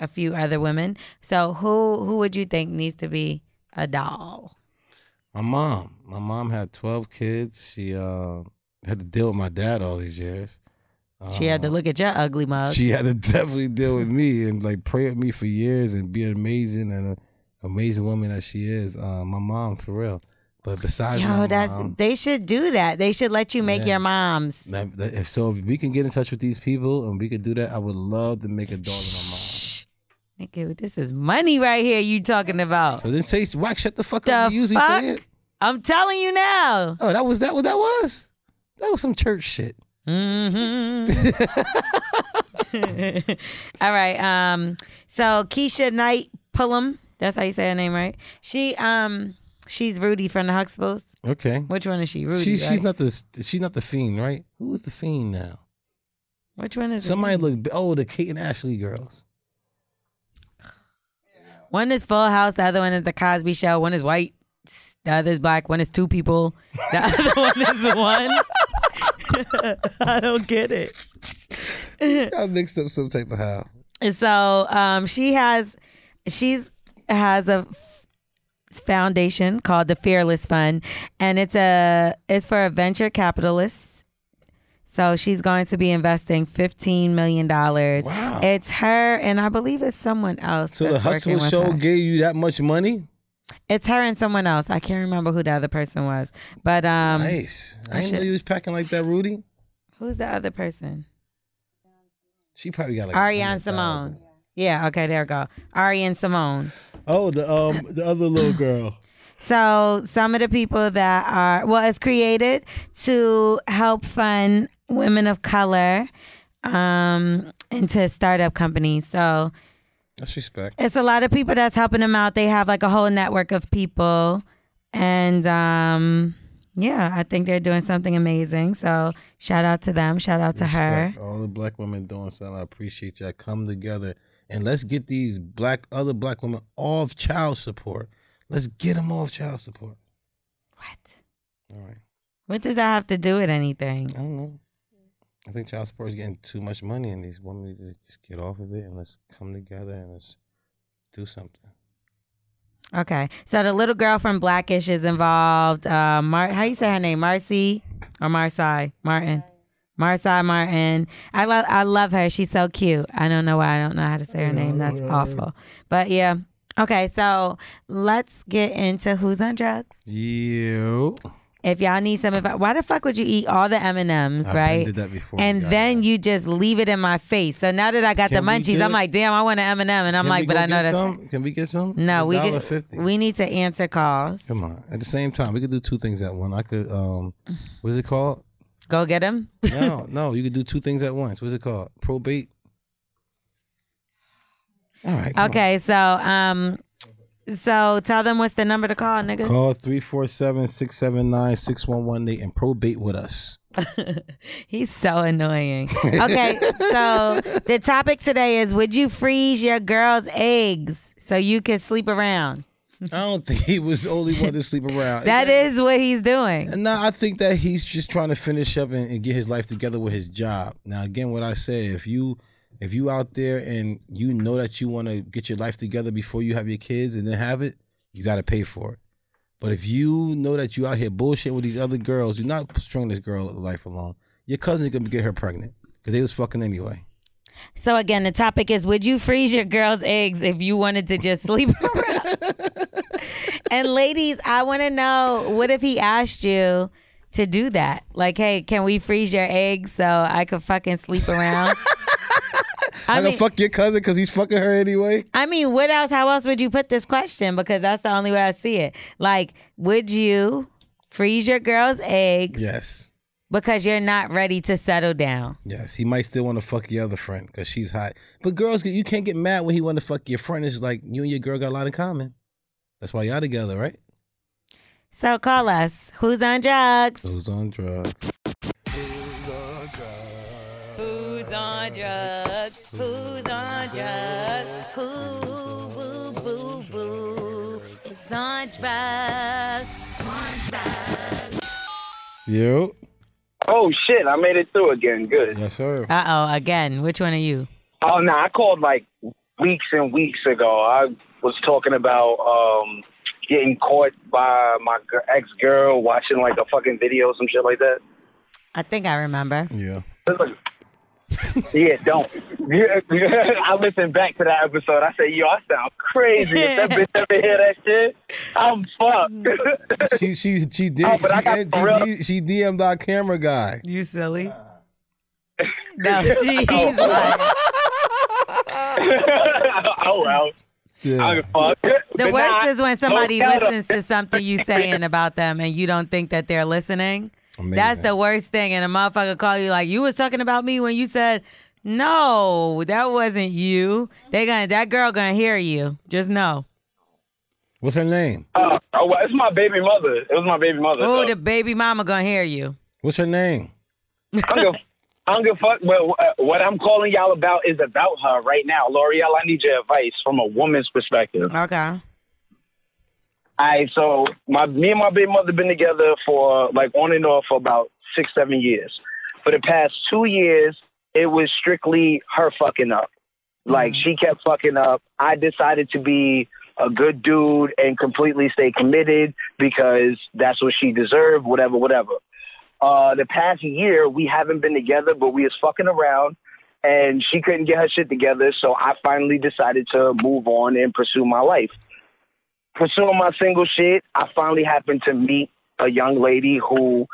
a few other women. So who who would you think needs to be a doll?
My mom. My mom had 12 kids. She uh, had to deal with my dad all these years.
She had to
Uh,
look at your ugly mug.
She had to definitely deal with me and like pray with me for years and be an amazing and an amazing woman that she is. Uh, my mom, for real. But besides my
Yo, that's
mom,
they should do that. They should let you make
Um, Yeah.
your moms.
that, that- if so, if we can get in touch with these people and we could do that, I would love to make a doll of my mom.
Shh. Nigga, this is money right here you talking about.
So then say, "Wack, shut the fuck
The
up." You usually
fuck?
say it.
I'm telling you now.
Oh, that was that. What that was? That was some church shit.
Mhm. All right. Um. So Keisha Knight Pullum. That's how you say her name, right? She um. She's Rudy from the Huxtables.
Okay.
Which one is she? Rudy.
She,
right?
she's not the she's not the fiend, right? Who is the fiend now?
Which one is it?
Somebody look. Oh, the Kate and Ashley girls.
One is Full House. The other one is the Cosby Show. One is white. The other is black. One is two people. The other one is one. I don't get it.
I mixed up some type of how.
And so um, she has she's has a f- foundation called the Fearless Fund, and it's a it's for a venture capitalist. So she's going to be investing fifteen million dollars.
Wow.
It's her, and I believe it's someone else.
So the
that's working
Huxtable
with
show
her.
gave you that much money?
it's her and someone else. I can't remember who the other person was, but um,
nice.
I
I didn't know
should-
you was packing like that, Rudy.
who's the other person?
She probably got like
Ariane
100,000.
Simone. Yeah. Okay. There we go. Ariane Simone.
Oh, the um the other little girl.
So some of the people that are well, it's created to help fund women of color um into startup companies. So
That's respect.
it's a lot of people that's helping them out. They have like a whole network of people. And um yeah, I think they're doing something amazing. So shout out to them. Shout out to her.
Respect All the black women doing something. I appreciate y'all. Come together and let's get these black other black women off child support. Let's get them off child support.
What?
All right.
What does that have to do with anything?
I don't know. I think child support is getting too much money, and these women need to just get off of it and let's come together and let's do something.
Okay. So the little girl from Blackish is involved. Uh, Mar- how you say her name? Marcy or Marcy Martin? Marcy Martin. I love I love her. She's so cute. I don't know why I don't know how to say her name. That's awful. But yeah. Okay, so let's get into who's on drugs.
You.
If y'all need some advice, why the fuck would you eat all the M and M's,
I've
right?
did that before.
and
guys.
then you just leave it in my face. So now that I got
Can
the
we
munchies,
do
I'm
it?
like, damn, I want an M and m and I'm
Can
like,
we
but
go
I know
get
that's
some? Can we get some?
no. We
$1.50.
could, we need to answer calls.
Come on. At the same time, we could do two things at one. I could um, what's it called?
Go get him.
No, no, you could do two things at once. What's it called? Probate. All right. come on.
Okay, so um, so tell them what's the number to call, nigga.
Call 347-679-6118 and probate with us.
He's so annoying. Okay, so the topic today is: Would you freeze your girl's eggs so you can sleep around?
I don't think he was the only one to sleep around.
That is what he's doing.
No, I think that he's just trying to finish up and, and get his life together with his job. Now, again, what I say, if you if you out there and you know that you want to get your life together before you have your kids and then have it, you got to pay for it. But if you know that you out here bullshit with these other girls, do not string this girl life along. Your cousin gonna get her pregnant because they was fucking anyway.
So again, the topic is: Would you freeze your girl's eggs if you wanted to just sleep around? and ladies, I want to know: What if he asked you? To do that, like, hey, can we freeze your eggs so I could fucking sleep around?
I,
mean-
gonna fuck your cousin because he's fucking her anyway.
I mean, what else? How else would you put this question? Because that's the only way I see it. Like, would you freeze your girl's eggs
Yes,
because you're not ready to settle down?
yes, he might still want to fuck your other friend because she's hot. But girls, you can't get mad when he want to fuck your friend. It's like you and your girl got a lot in common. That's why y'all together, right?
So call us. Who's on drugs?
Who's on drugs?
Who's on drugs? Who's on drugs? Who boo boo boo is on drugs?
You?
Oh shit! I made it through again. Good.
Yes, sir.
Uh oh, again. Which one are you?
Oh no, I called like weeks and weeks ago. I was talking about um getting caught by my ex girl watching like a fucking video, some shit like that.
I think I remember.
Yeah.
yeah, don't. Yeah, I listened back to that episode. I said, "Yo, I sound crazy." If that bitch ever hear that shit, I'm fucked.
She she she did.
Oh, but I
she,
got
and
for real.
she, D- she DM'd our camera guy.
You silly. Oh, No, she's like.
oh well. I don't give a fuck.
The
But
worst
nah,
is when somebody
don't tell them.
listens to something you saying about them and you don't think that they're listening. That's the worst thing. And a motherfucker call you like, you was talking about me when you said, no, that wasn't you. They gonna that girl gonna hear you. Just know.
What's her name?
Uh, oh, well, it's my baby mother. It was my baby mother.
Oh,
so
the baby mama gonna hear you.
What's her name?
I don't give- I don't give a fuck. Well, uh, what I'm calling y'all about is about her right now. L'Oreal, I need your advice from a woman's perspective.
Okay.
I so my me and my baby mother been together for like on and off for about six seven years. For the past two years, it was strictly her fucking up. Like she kept fucking up. I decided to be a good dude and completely stay committed because that's what she deserved. Whatever, whatever. Uh, the past year, we haven't been together, but we was fucking around, and she couldn't get her shit together. So I finally decided to move on and pursue my life pursuing my single shit, I finally happened to meet a young lady who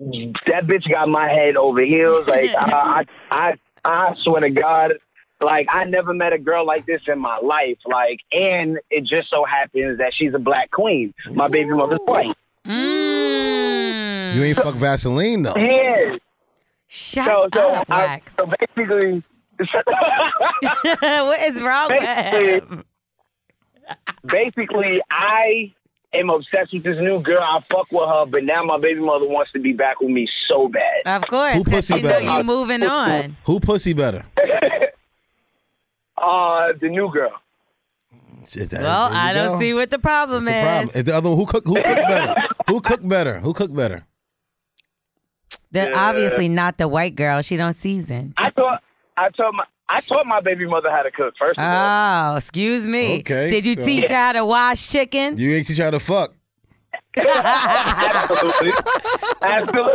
that bitch got my head over heels. Like I, I, I, I swear to God, like I never met a girl like this in my life. Like, and it just so happens that she's a black queen. My baby mother's white.
Mm.
You ain't fuck Vaseline though.
Yeah.
Shut
So, so,
up,
I,
Wax.
so basically.
what is wrong with him?
basically, basically, I am obsessed with this new girl. I fuck with her, but now my baby mother wants to be back with me so bad.
Of course,
Who
'cause
pussy
you know
better?
you moving on.
Who pussy better?
Uh, the new girl.
Shit, that-
Well,
there you
I don't
go.
see what the problem
That's
is.
the problem. Is the other one who cook who cook better? who cook better? Who cook better?
They're obviously not the white girl. She don't season.
I thought I told my I taught my baby mother how to cook first of all.
Oh, excuse me.
Okay,
Did you
so-
teach her how to wash chicken?
You ain't teach her how to fuck.
Absolutely, absolutely,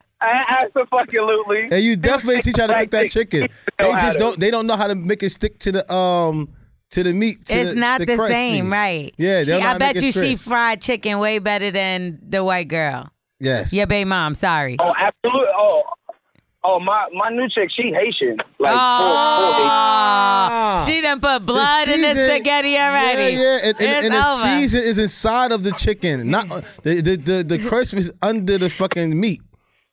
absolutely.
And you definitely teach how to cook that chicken. They
Know how
just
to-
don't. They don't know how to make it stick to the um to the meat. to
it's not the,
crust
same,
meat.
right?
Yeah,
She,
they're
I
not
bet
making
you she
strips.
fried chicken way better than the white girl.
Yes.
Your baby mom, sorry.
Oh, absolutely. Oh, oh, my my new chick, she Haitian. Like, full- full
Ah.
Haitian.
Oh, she done put
The
blood in
Ah! season-
the spaghetti already.
Yeah, yeah. And, and,
it's
and the
over.
season is inside of the chicken. Not uh, the the the, the crust is under the fucking meat.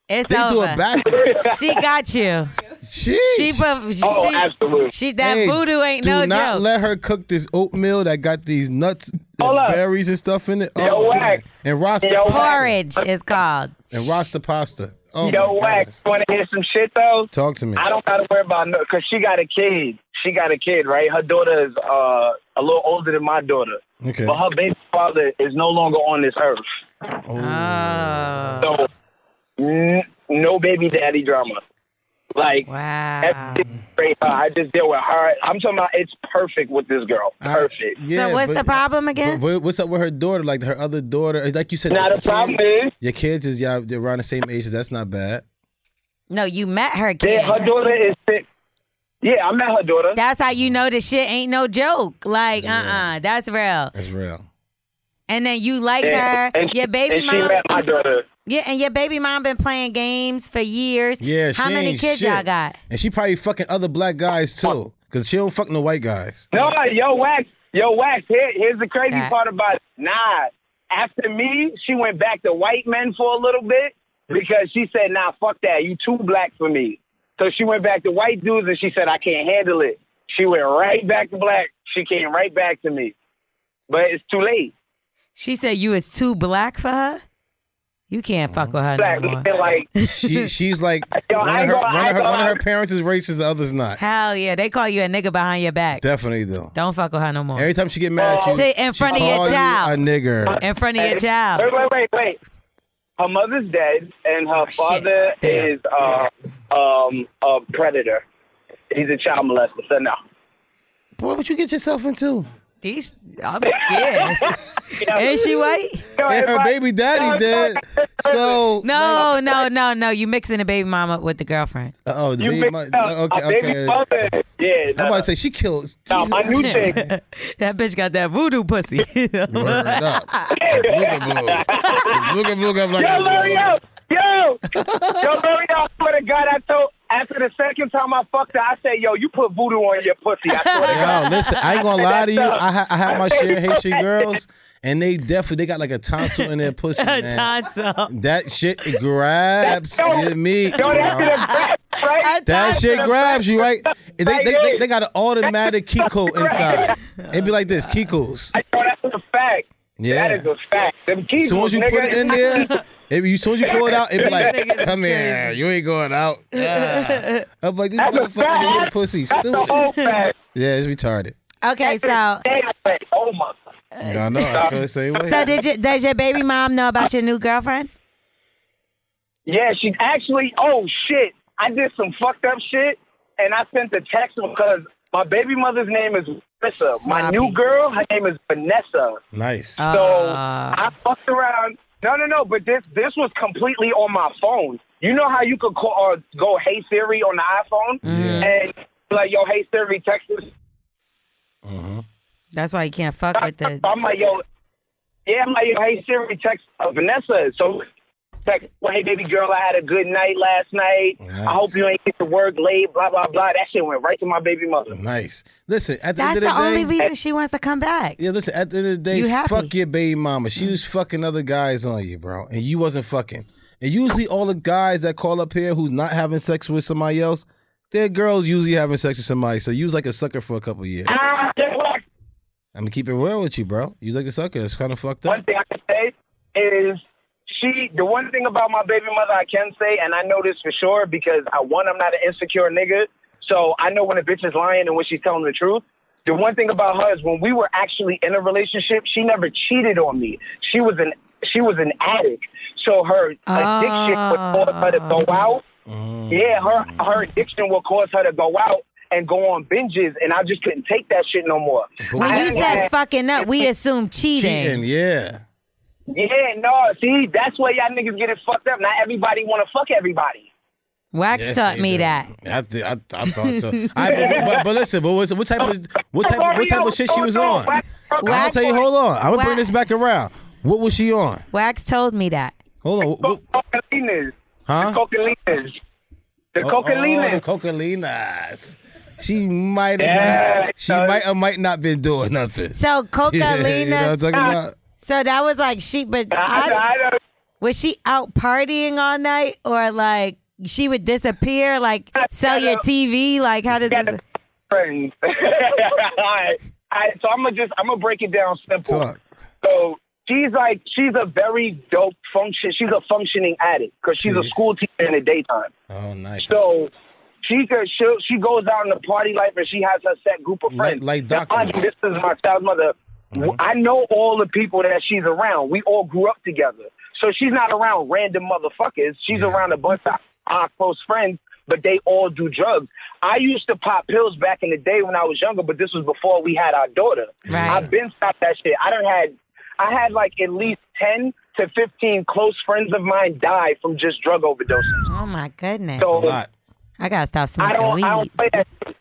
it's
They
over.
do it backwards.
She got you.
Sheesh.
She put. She,
Oh, absolutely.
She that
Hey,
voodoo ain't
do
no
not
joke.
let her cook this oatmeal that got these nuts,
Hold
and
up.
berries, and stuff in it. Oh,
Yo,
man.
Wack.
and rasta
Yo,
pasta.
Wack.
Porridge is called.
and rasta pasta. Oh
Yo,
my
Wax,
goodness.
want to hear some shit though?
Talk to me.
I don't gotta worry about no, cause she got a kid. She got a kid, right? Her daughter is uh a little older than my daughter,
Okay.
but her baby father is no longer on this earth.
Oh.
So n- no baby daddy drama. Like
Wow.
everything's straight. Uh, I just deal with her. I'm talking about it's perfect with this girl.
I-
Perfect.
yeah,
so what's
but-
the problem
But
again?
what- what's up with her daughter? Like her other daughter? uh, Like you said,
now
your
the problem
kids-
is
your kids is y'all they're around the same age. So that's not bad.
no, you met her kid.
that her daughter is sick. Yeah, I met her daughter.
That's how you know the shit ain't no joke. Like, uh, uh that's real.
That's real.
And then you like
and,
her,
and she-
your baby
and she
mom,
met my daughter.
yeah, and your baby mom been playing games for years.
Yeah.
how
she
many
ain't
kids
shit.
y'all got?
And she probably fucking other black guys too, because she don't fuck no white guys.
No, yo, Wax, yo, Wax, here, here's the crazy
Facts.
part about it. Nah, after me, she went back to white men for a little bit because she said, nah, fuck that. You too black for me. So she went back to white dudes and she said, I can't handle it. She went right back to black. She came right back to me. But it's too late.
She said you was too black for her. You can't fuck with her
Black
no more.
men, like,
She she's like
Yo,
one
I
of
ain't
her
gonna- I
one of
ain't
her one of
gonna-
her parents is racist, the other's not.
Hell yeah, they call you a nigga behind your back.
Definitely though.
Don't fuck with her no more.
Every time she get mad at you,
Say in
she
front of your
call you
child.
a
Uh,
nigger.
In front of your child.
Wait, wait, wait, wait. Her mother's dead, and her
Oh, shit.
father
Damn.
is uh, um, a predator. He's a child molester. So no.
Boy, what you get yourself into?
These, I'm scared. Is she white?
And her
Everybody-
baby daddy did. So
No, no, no, no. You mixing the baby mom up with the girlfriend.
Oh, the
You
baby.
picked
mo-
up
okay,
a baby
okay. I'm
mother. Yeah. no,
about
no.
to say she killed.
No, my new chick.
that bitch got that voodoo pussy.
Word up. Bluga bluga. Bluga bluga
Yo,
bluga.
L'Oreal. Yo. Yo, L'Oreal. I swear to God, I told,
After the second time I fucked her, I said, "Yo, you put voodoo on your pussy." I swear to
Yo,
God.
listen, I ain't gonna
said
lie
that
to you.
stuff.
I, ha- I have my
said
share of Haitian
that.
girls, and they definitely they got like a tonsil in their pussy, man. That shit grabs your meat.
Yo, that
bro.
shit is bad, right?
That shit grabs you, right? They, they,
Like
they,
this.
they got an automatic Kiko inside. It'd be like this, Kikos.
Yo, that's a fact.
Yeah.
That is a fact. Them
As
keys,
soon as you
nigga,
put it in there, if you, as soon as you pull it out, it be
Nigga,
like,
that's
come here, you ain't going out. Ah. I'm like, this
That's a
motherfucker little
fact.
pussy,
That's the
stupid.
whole fact.
Yeah, it's retarded.
Okay, so
Damn, like, oh my.
I know, I feel the same way.
so did you, does your baby mom know about your new girlfriend?
Yeah, she actually. Oh shit! I did some fucked up shit, and I sent a text because my baby mother's name is Vanessa. My new girl, her name is Vanessa.
Nice.
Um,
So I fucked around. No, no, no. But this this was completely on my phone. You know how you could call or go Hey Siri on the iPhone and like yo Hey Siri text this.
Uh-huh.
That's why you can't fuck with the.
I'm like yo, yeah. I'm like yo Hey Siri text uh, Vanessa. So text well, Hey baby girl, I had a good night last night. I hope you ain't get to work late. Blah blah blah. That shit went right to my baby mother.
Nice. Listen, at the end
That's
of
the
the, day,
only reason she wants to come back.
yeah. Listen, at the end of the day,
You happy. Mm.
fuck your baby mama. She was fucking other guys on you, bro, and you wasn't fucking. And usually, all the guys that call up here who's not having sex with somebody else, their girls usually having sex with somebody. So you was like a sucker for a couple years.
Ah, that's what I
I'm gonna keep it real with you, bro. You was like a sucker. It's kind of fucked up.
One thing I can say is she. The one thing about my baby mother I can say, and I know this for sure because I one I'm not an insecure nigga, so I know when a bitch is lying and when she's telling the truth. The one thing about her is when we were actually in a relationship, she never cheated on me. She was an she was an addict, so her addiction would cause her to go out.
Mm.
Yeah, her her addiction would cause her to go out and go on binges, and I just couldn't take that shit no more.
When
I
you
had-
said fucking up, we assume cheating.
Cheating, yeah.
yeah, no, see, that's why y'all niggas get it fucked up. Not everybody want to fuck everybody.
Wax
Yes,
taught
they
me
do.
that.
I, th- I, I thought so. I, but, but, but listen, but what's, what type of what type of, what type of shit she was on? I'll tell you. Hold on. I'm gonna bring this back around. What was she on?
Wax told me that.
Hold on. What, what,
Cocalinas.
huh?
Cocalinas. The
Oh, oh, the
cocalinas.
cocalinas. She might have,
Yeah,
she might or might not been doing nothing.
So Coca
you know what I'm
Lena.
Ah,
talking about?
So that was like she, but
I,
I,
I, don't-
was she out partying all night or like she would disappear, like sell your TV? Like how does this?
friends. All right. All right, so I'm gonna just I'm gonna break it down simple.
Talk.
So she's like she's a very dope function. She's a functioning addict because she's a
Yes.
school teacher in the daytime.
Oh, nice.
So she could she she goes out in the party life and she has her set group of
Like-
friends.
like
Now,
Doctor.
mind you, this is my child's mother. I know all the people that she's around. We all grew up together, so she's not around random motherfuckers. She's around a bunch of our close friends, but they all do drugs. I used to pop pills back in the day when I was younger, but this was before we had our daughter.
Right.
I've been stopped that shit. I don't had I had like at least ten to fifteen close friends of mine die from just drug overdoses.
Oh my goodness!
a
So
lot.
I gotta stop
I
smoking
don't.
weed.
I don't play that. shit.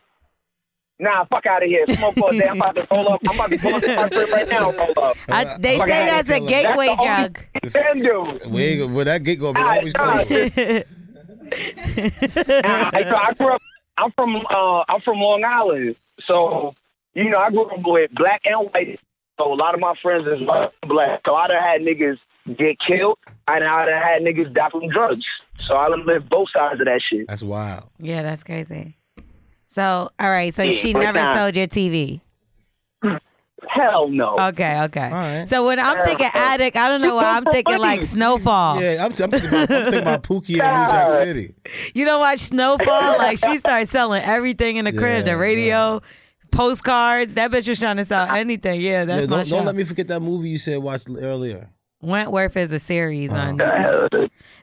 Nah, fuck out of here. Smoke all day. I'm about to roll up. I'm about to roll up to my crib right now. and Roll up.
I- they
Fuck
say
outta
that's a
here.
gateway
That's the only
drug.
thing you Can do.
We ain't gonna- well, that gig gonna be
Nah,
always
nah,
clean.
Nah, so I grew up. I'm from. Uh, I'm from Long Island. So you know, I grew up with black and white. So a lot of my friends is black. So I done had niggas get killed, and I done had niggas die from drugs. So I done lived both sides of that shit.
That's wild.
Yeah, that's crazy. So all right, so
Yeah,
she
but
never
nah.
sold your TV.
Hell no.
Okay, okay.
right.
So when I'm thinking addict, I don't know why I'm thinking like Snowfall.
Yeah, I'm, I'm, thinking about, I'm thinking about Pookie and New Jack City.
You don't watch Snowfall? Like she started selling everything in the crib,
Yeah,
the radio, postcards. That bitch was trying to sell anything. Yeah,
Yeah,
that's my
don't,
show.
don't let me forget that movie you said watched earlier.
Wentworth is a series
Oh.
on.
Uh,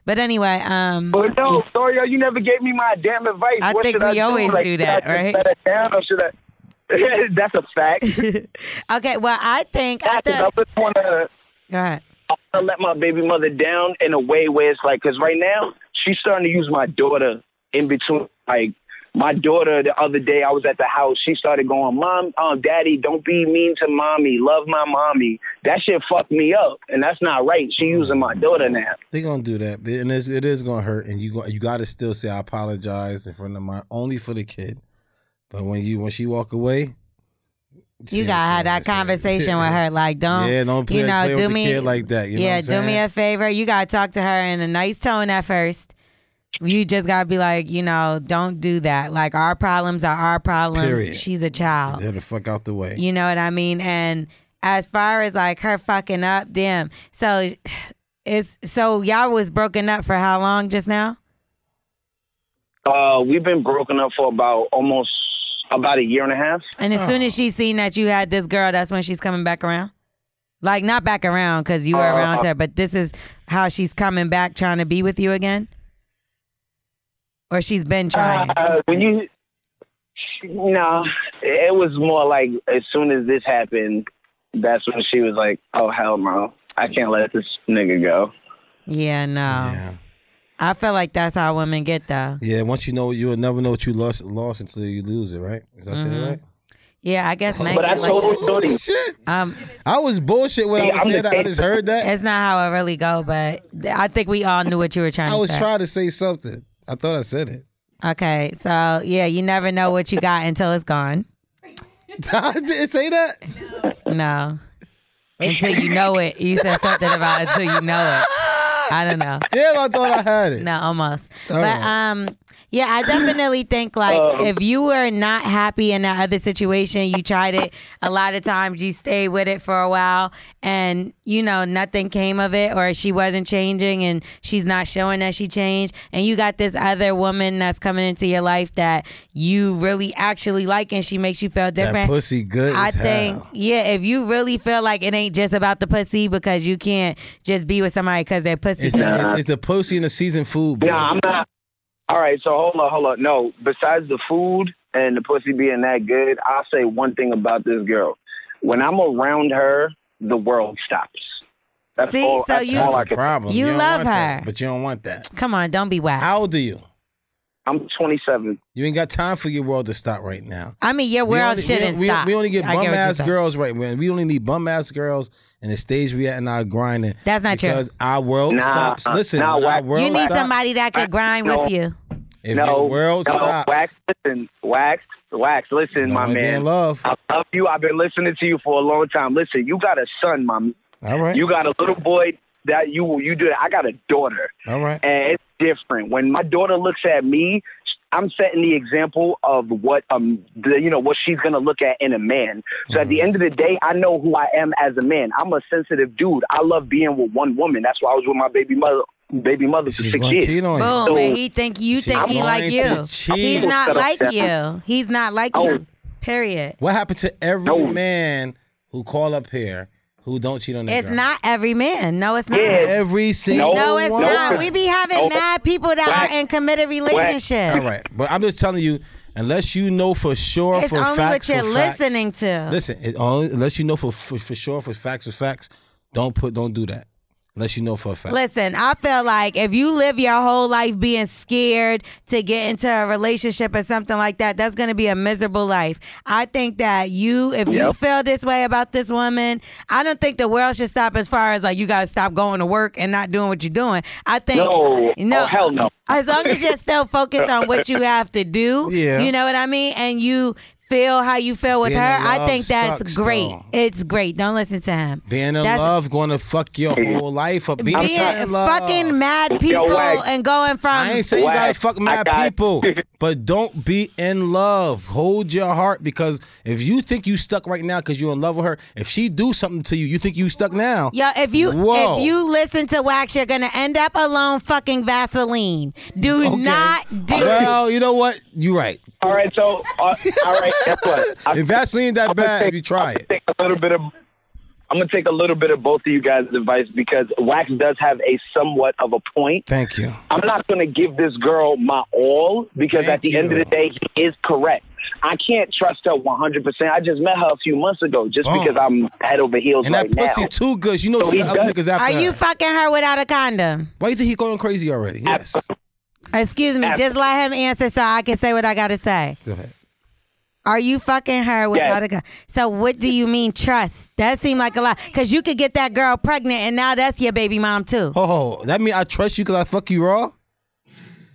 But anyway, um,
But no, Soria, you never gave me my damn advice.
I
what
think
should
we
I do?
always
Like,
do
should
that,
I just
right?
Let it down or should I? That's a fact.
okay. Well, I think I
I
thought.
just want to
Go ahead.
let my baby mother down in a way where it's like, because right now she's starting to use my daughter in between, like My daughter, the other day, I was at the house. She started going, "Mom, um, Daddy, don't be mean to mommy. Love my mommy." That shit fucked me up, and that's not right. She using my daughter now.
They gonna do that, but- and it's, it is gonna hurt. And you go, you gotta still say I apologize in front of my only for the kid. But when you when she walk away,
You gotta have that conversation with her. Like, don't,
yeah, don't play,
you know,
play
do
with
me,
the kid like that. You know
yeah,
what I'm saying?
do me a favor. You gotta talk to her in a nice tone at first. You just gotta be like, you know, don't do that. Like, our problems are our problems.
Period.
She's a child.
Get the fuck out the way.
You know what I mean? And as far as like her fucking up, damn. So it's so y'all was broken up for how long just now?
Uh, we've been broken up for about almost about a year and a half.
And as soon as she seen that you had this girl, that's when she's coming back around. Like not back around because you were around
Uh,
her, but this is how she's coming back trying to be with you again. Or she's been trying.
Uh, when you no, it was more like as soon as this happened, that's when she was like, "Oh hell no, I can't let this nigga go."
yeah, no. I feel like that's how women get though.
Yeah, once you know, you'll never know what you lost lost until you lose it, right? Is that shit
Mhm.
right? Oh,
Yeah, I guess. men
But I
get like
told
that.
her shorty,
Um,
I was bullshit when I
See,
was
I'm
saying
the
that. I just heard that.
It's not how it really go, but th- I think we all knew what you were trying
I
to
was
say.
trying to say something. I thought I said it.
okay, so yeah, you never know what you got until it's gone.
I didn't say that.
No. Until you know it. You said something about until you know it. I don't know.
Damn, I thought I had it.
No, almost.
Oh.
All
but
right.
um yeah, I definitely think like if you were not happy in that other situation, you tried it a lot of times, you stayed with it for a while and you know, nothing came of it or she wasn't changing and she's not showing that she changed and you got this other woman that's coming into your life that you really actually like and she makes you feel different.
That pussy good.
I
as hell.
think, yeah, if you really feel like it ain't just about the pussy because you can't just be with somebody because they're pussy.
it's, the, it's the pussy and the seasoned food. Bro.
"No, I'm not." All right, so hold on, hold on. No, besides the food and the pussy being that good, I'll say one thing about this girl: when I'm around her, the world stops. That's
See,
all,
so
that's
you-
all I
That's a
can.
problem.
You
don't
love
want that,
her.
but you don't want that.
Come on, don't be whack.
How old are you?
I'm 27.
You ain't got time for your world to stop right now.
I mean, your world
only-
shouldn't
we,
stop.
We only get
I
bum
what you're
ass
saying.
girls right when we only need bum ass girls in the stage we at in our grinding.
That's not true.
because our world
Nah,
stops.
uh,
Listen,
nah,
when our
whack.
world
You need
stops,
somebody that could grind
No.
with you.
if
no,
your world
no,
stops,
wax. Listen, wax, wax. Listen,
no
my
one be
man.
in love.
I love you. I've been listening to you for a long time. Listen, you got a son, mom.
All right,
You got a little boy that you you do. I got a daughter,
all right.
and it's different. When my daughter looks at me, I'm setting the example of what um the, you know what she's gonna look at in a man. So at the end of the day, I know who I am as a man. I'm a sensitive dude. I love being with one woman. That's why I was with my baby mother, baby mother for
She's
six
gonna
years.
cheat on you.
Boom,
So-
and he think you
She's
think he
going
like
to
you.
cheat.
He's not
Shut up,
like
Steph.
you. He's not like
Oh.
you. Period.
What happened to every
No.
man who call up here who don't cheat on their
It's
girl?
not every man. No, it's not.
Yeah.
every single
No, it's
one.
not. We be having
No.
mad people that
Whack.
are in committed relationships.
All right, but I'm just telling you, unless you know for sure,
It's
for
only
facts,
what you're
for facts-
listening to.
Listen, it only, unless you know for, for for sure, for facts, for facts, don't put, don't do that. Unless you know for a fact.
Listen, I feel like if you live your whole life being scared to get into a relationship or something like that, that's going to be a miserable life. I think that you, if you
Yep.
feel this way about this woman, I don't think the world should stop as far as like you got to stop going to work and not doing what you're doing. I think
No,
No.
oh, hell no.
as long as you're still focused on what you have to do,
Yeah.
you know what I mean, and you feel how you feel with
Being
her,
in
I
love
think that's
sucks,
great.
though.
It's great. Don't listen to him.
being in
That's-
love going to fuck your whole life up. Being,
being
in love.
fucking mad people
Wack.
and going from
I ain't saying you gotta
Whack.
fuck
I
mad
got-
people, but don't be in love. Hold your heart because if you think you stuck right now because you're in love with her, if she do something to you, you think you stuck now.
Yo, if you
Whoa.
if you listen to Wax, you're gonna end up alone fucking Vaseline. Do
Okay.
not do
Well, you know what? You're right.
All right, so uh, all right, guess what? I-
If Vaseline that
I'm gonna
bad,
take-
if you try it.
take a little bit of. I'm gonna take a little bit of both of you guys' advice because Wax does have a somewhat of a point.
Thank you.
I'm not gonna give this girl my all because
Thank
at the end of
you.
the day, he is correct. I can't trust her 100. percent I just met her a few months ago, just
Boom.
because I'm head over heels
And
right
that pussy
now.
too good. You know
So
she
he
got other
does-
niggas after
Are you
her.
fucking her without a condom?
Why you think he going crazy already? Yes.
Excuse me. Just let him answer so I can say what I gotta say.
Go ahead.
Are you fucking her without a gun? So what do you mean trust? That seemed like a lot because you could get that girl pregnant and now that's your baby mom too.
Oh, that mean I trust you because I fuck you raw?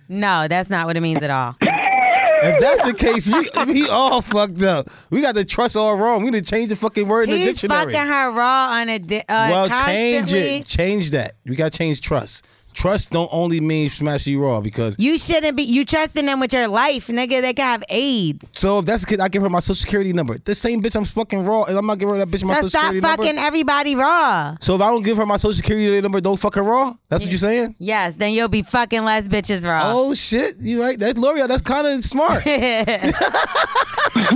No, that's not what it means at all.
If that's the case, we we all fucked up. We got the trust all wrong. We need to change the fucking word in the
He's
dictionary.
fucking her raw on a di- uh,
well, change
constantly.
it. Change that. We got to change trust. Trust don't only mean smash you raw because
You shouldn't be. You trusting them with your life, nigga. They can have AIDS.
so if that's the case, I give her my social security number. The same bitch I'm fucking raw, and I'm not giving her that bitch my
So
social
stop
security
fucking
number.
everybody raw.
So if I don't give her my social security number, don't fuck her raw. That's what you're saying?
Yes, then you'll be fucking less bitches raw.
Oh shit, you right? That L'Oreal, that's kind of smart. if, if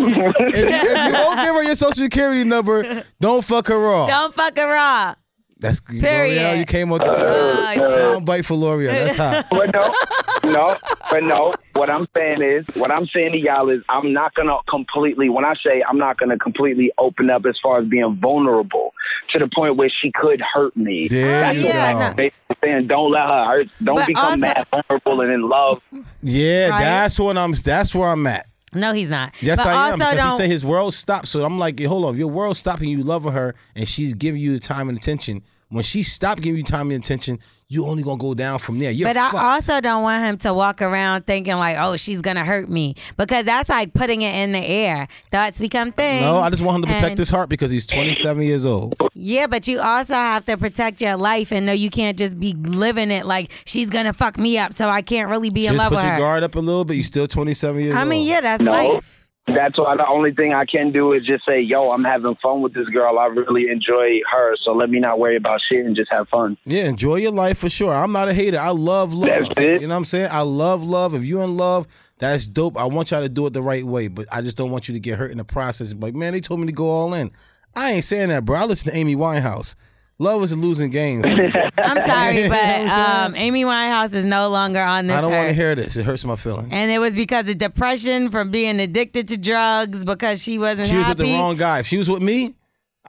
you don't give her your social security number, don't fuck her raw.
Don't fuck her raw.
That's
Period. Oh,
L'Oreal. You came up with the sound bite for L'Oreal. That's hot.
But no, no, but no. What I'm saying is, what I'm saying to y'all is, I'm not gonna completely. When I say I'm not gonna completely open up as far as being vulnerable to the point where she could hurt me.
There
That's
you
what
Yeah,
I'm
no.
go.
basically saying. Don't let her hurt. Don't
But
become
also-
that vulnerable and in love.
Yeah,
Right?
that's what I'm. That's where I'm at.
No, he's not.
Yes,
but
I am.
Also
Because
don't,
he said his world stopped. So I'm like, hold on, if your world stopping. You love her, and she's giving you the time and attention. When she stopped giving you time and attention, you only gonna go down from there. You're
but
fucked.
I also don't want him to walk around thinking like, oh, she's gonna hurt me because that's like putting it in the air. Thoughts become things.
no, I just want him to protect
And-
his heart because he's 27 years old.
Yeah, but you also have to protect your life and know you can't just be living it like she's gonna fuck me up, so I can't really be in
Just
love
put
with
your
her.
guard up a little bit. You're still 27 years
I
old.
mean, yeah, that's
No.
life.
That's why the only thing I can do is just say, "Yo, I'm having fun with this girl. I really enjoy her. So let me not worry about shit and just have fun."
Yeah, enjoy your life for sure. I'm not a hater. I love love.
That's it.
You know what I'm saying? I love love. If you in love, that's dope. I want y'all to do it the right way, but I just don't want you to get hurt in the process. Like, man, they told me to go all in. I ain't saying that, bro. I listen to Amy Winehouse. Love is a losing game. I
I'm
You
sorry,
know what I'm
but
saying?
um, Amy Winehouse is no longer on this.
don't want to
earth.
hear this. It hurts my feelings.
And it was because of depression from being addicted to drugs because she wasn't
She was with
happy.
the wrong guy. If she was with me,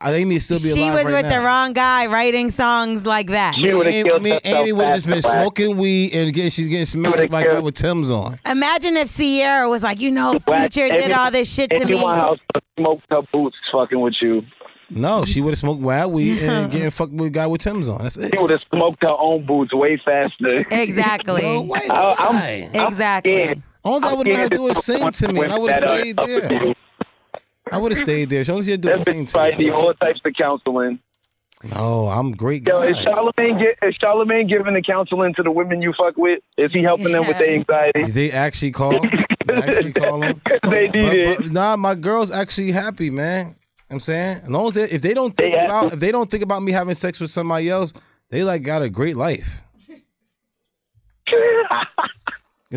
I Amy would still be alive.
she was
right
with
now.
the wrong guy writing songs like that.
She would have
Amy,
killed
me and
herself
Amy would have just been
fast and
smoking weed and getting, she's getting smashed
would've
by a girl
killed-
with Tim's on.
Imagine if Sierra was like, you know,
whack.
Future did
Amy-
all this shit to
Amy
me.
Winehouse smoked her boots fucking with you.
No, she would have smoked wild weed and getting fucked with a guy with Tim's on. That's it.
She would have smoked her own boots way faster.
Exactly.
No way.
I- I'm-
Why?
Exactly.
scared.
All that
I'm
would have had
scared
to do
that
was sing
someone
to me, and I would have
that, uh,
stayed there. I would have stayed there. She only had to do
That
was sing
bitch
to
probably
me.
need all types of counseling.
No, I'm a great
Yo, is
guy.
Charlemagne get, is Charlemagne giving the counseling to the women you fuck with? Is he helping them with their anxiety?
Did they actually call? They actually call him?
they need
But,
it.
but, nah, my girl's actually happy, man. I'm saying, as long as they, if they don't think
They happy.
about if they don't think about me having sex with somebody else, they like got a great life. You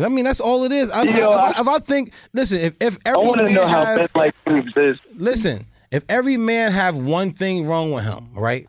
know what I mean, that's all it is. I, I-
Yo,
if, I,
I-
if I think, listen, if, if
I
every
want to
man
know how
have-
men like you exist.
listen, if every man have one thing wrong with him, right?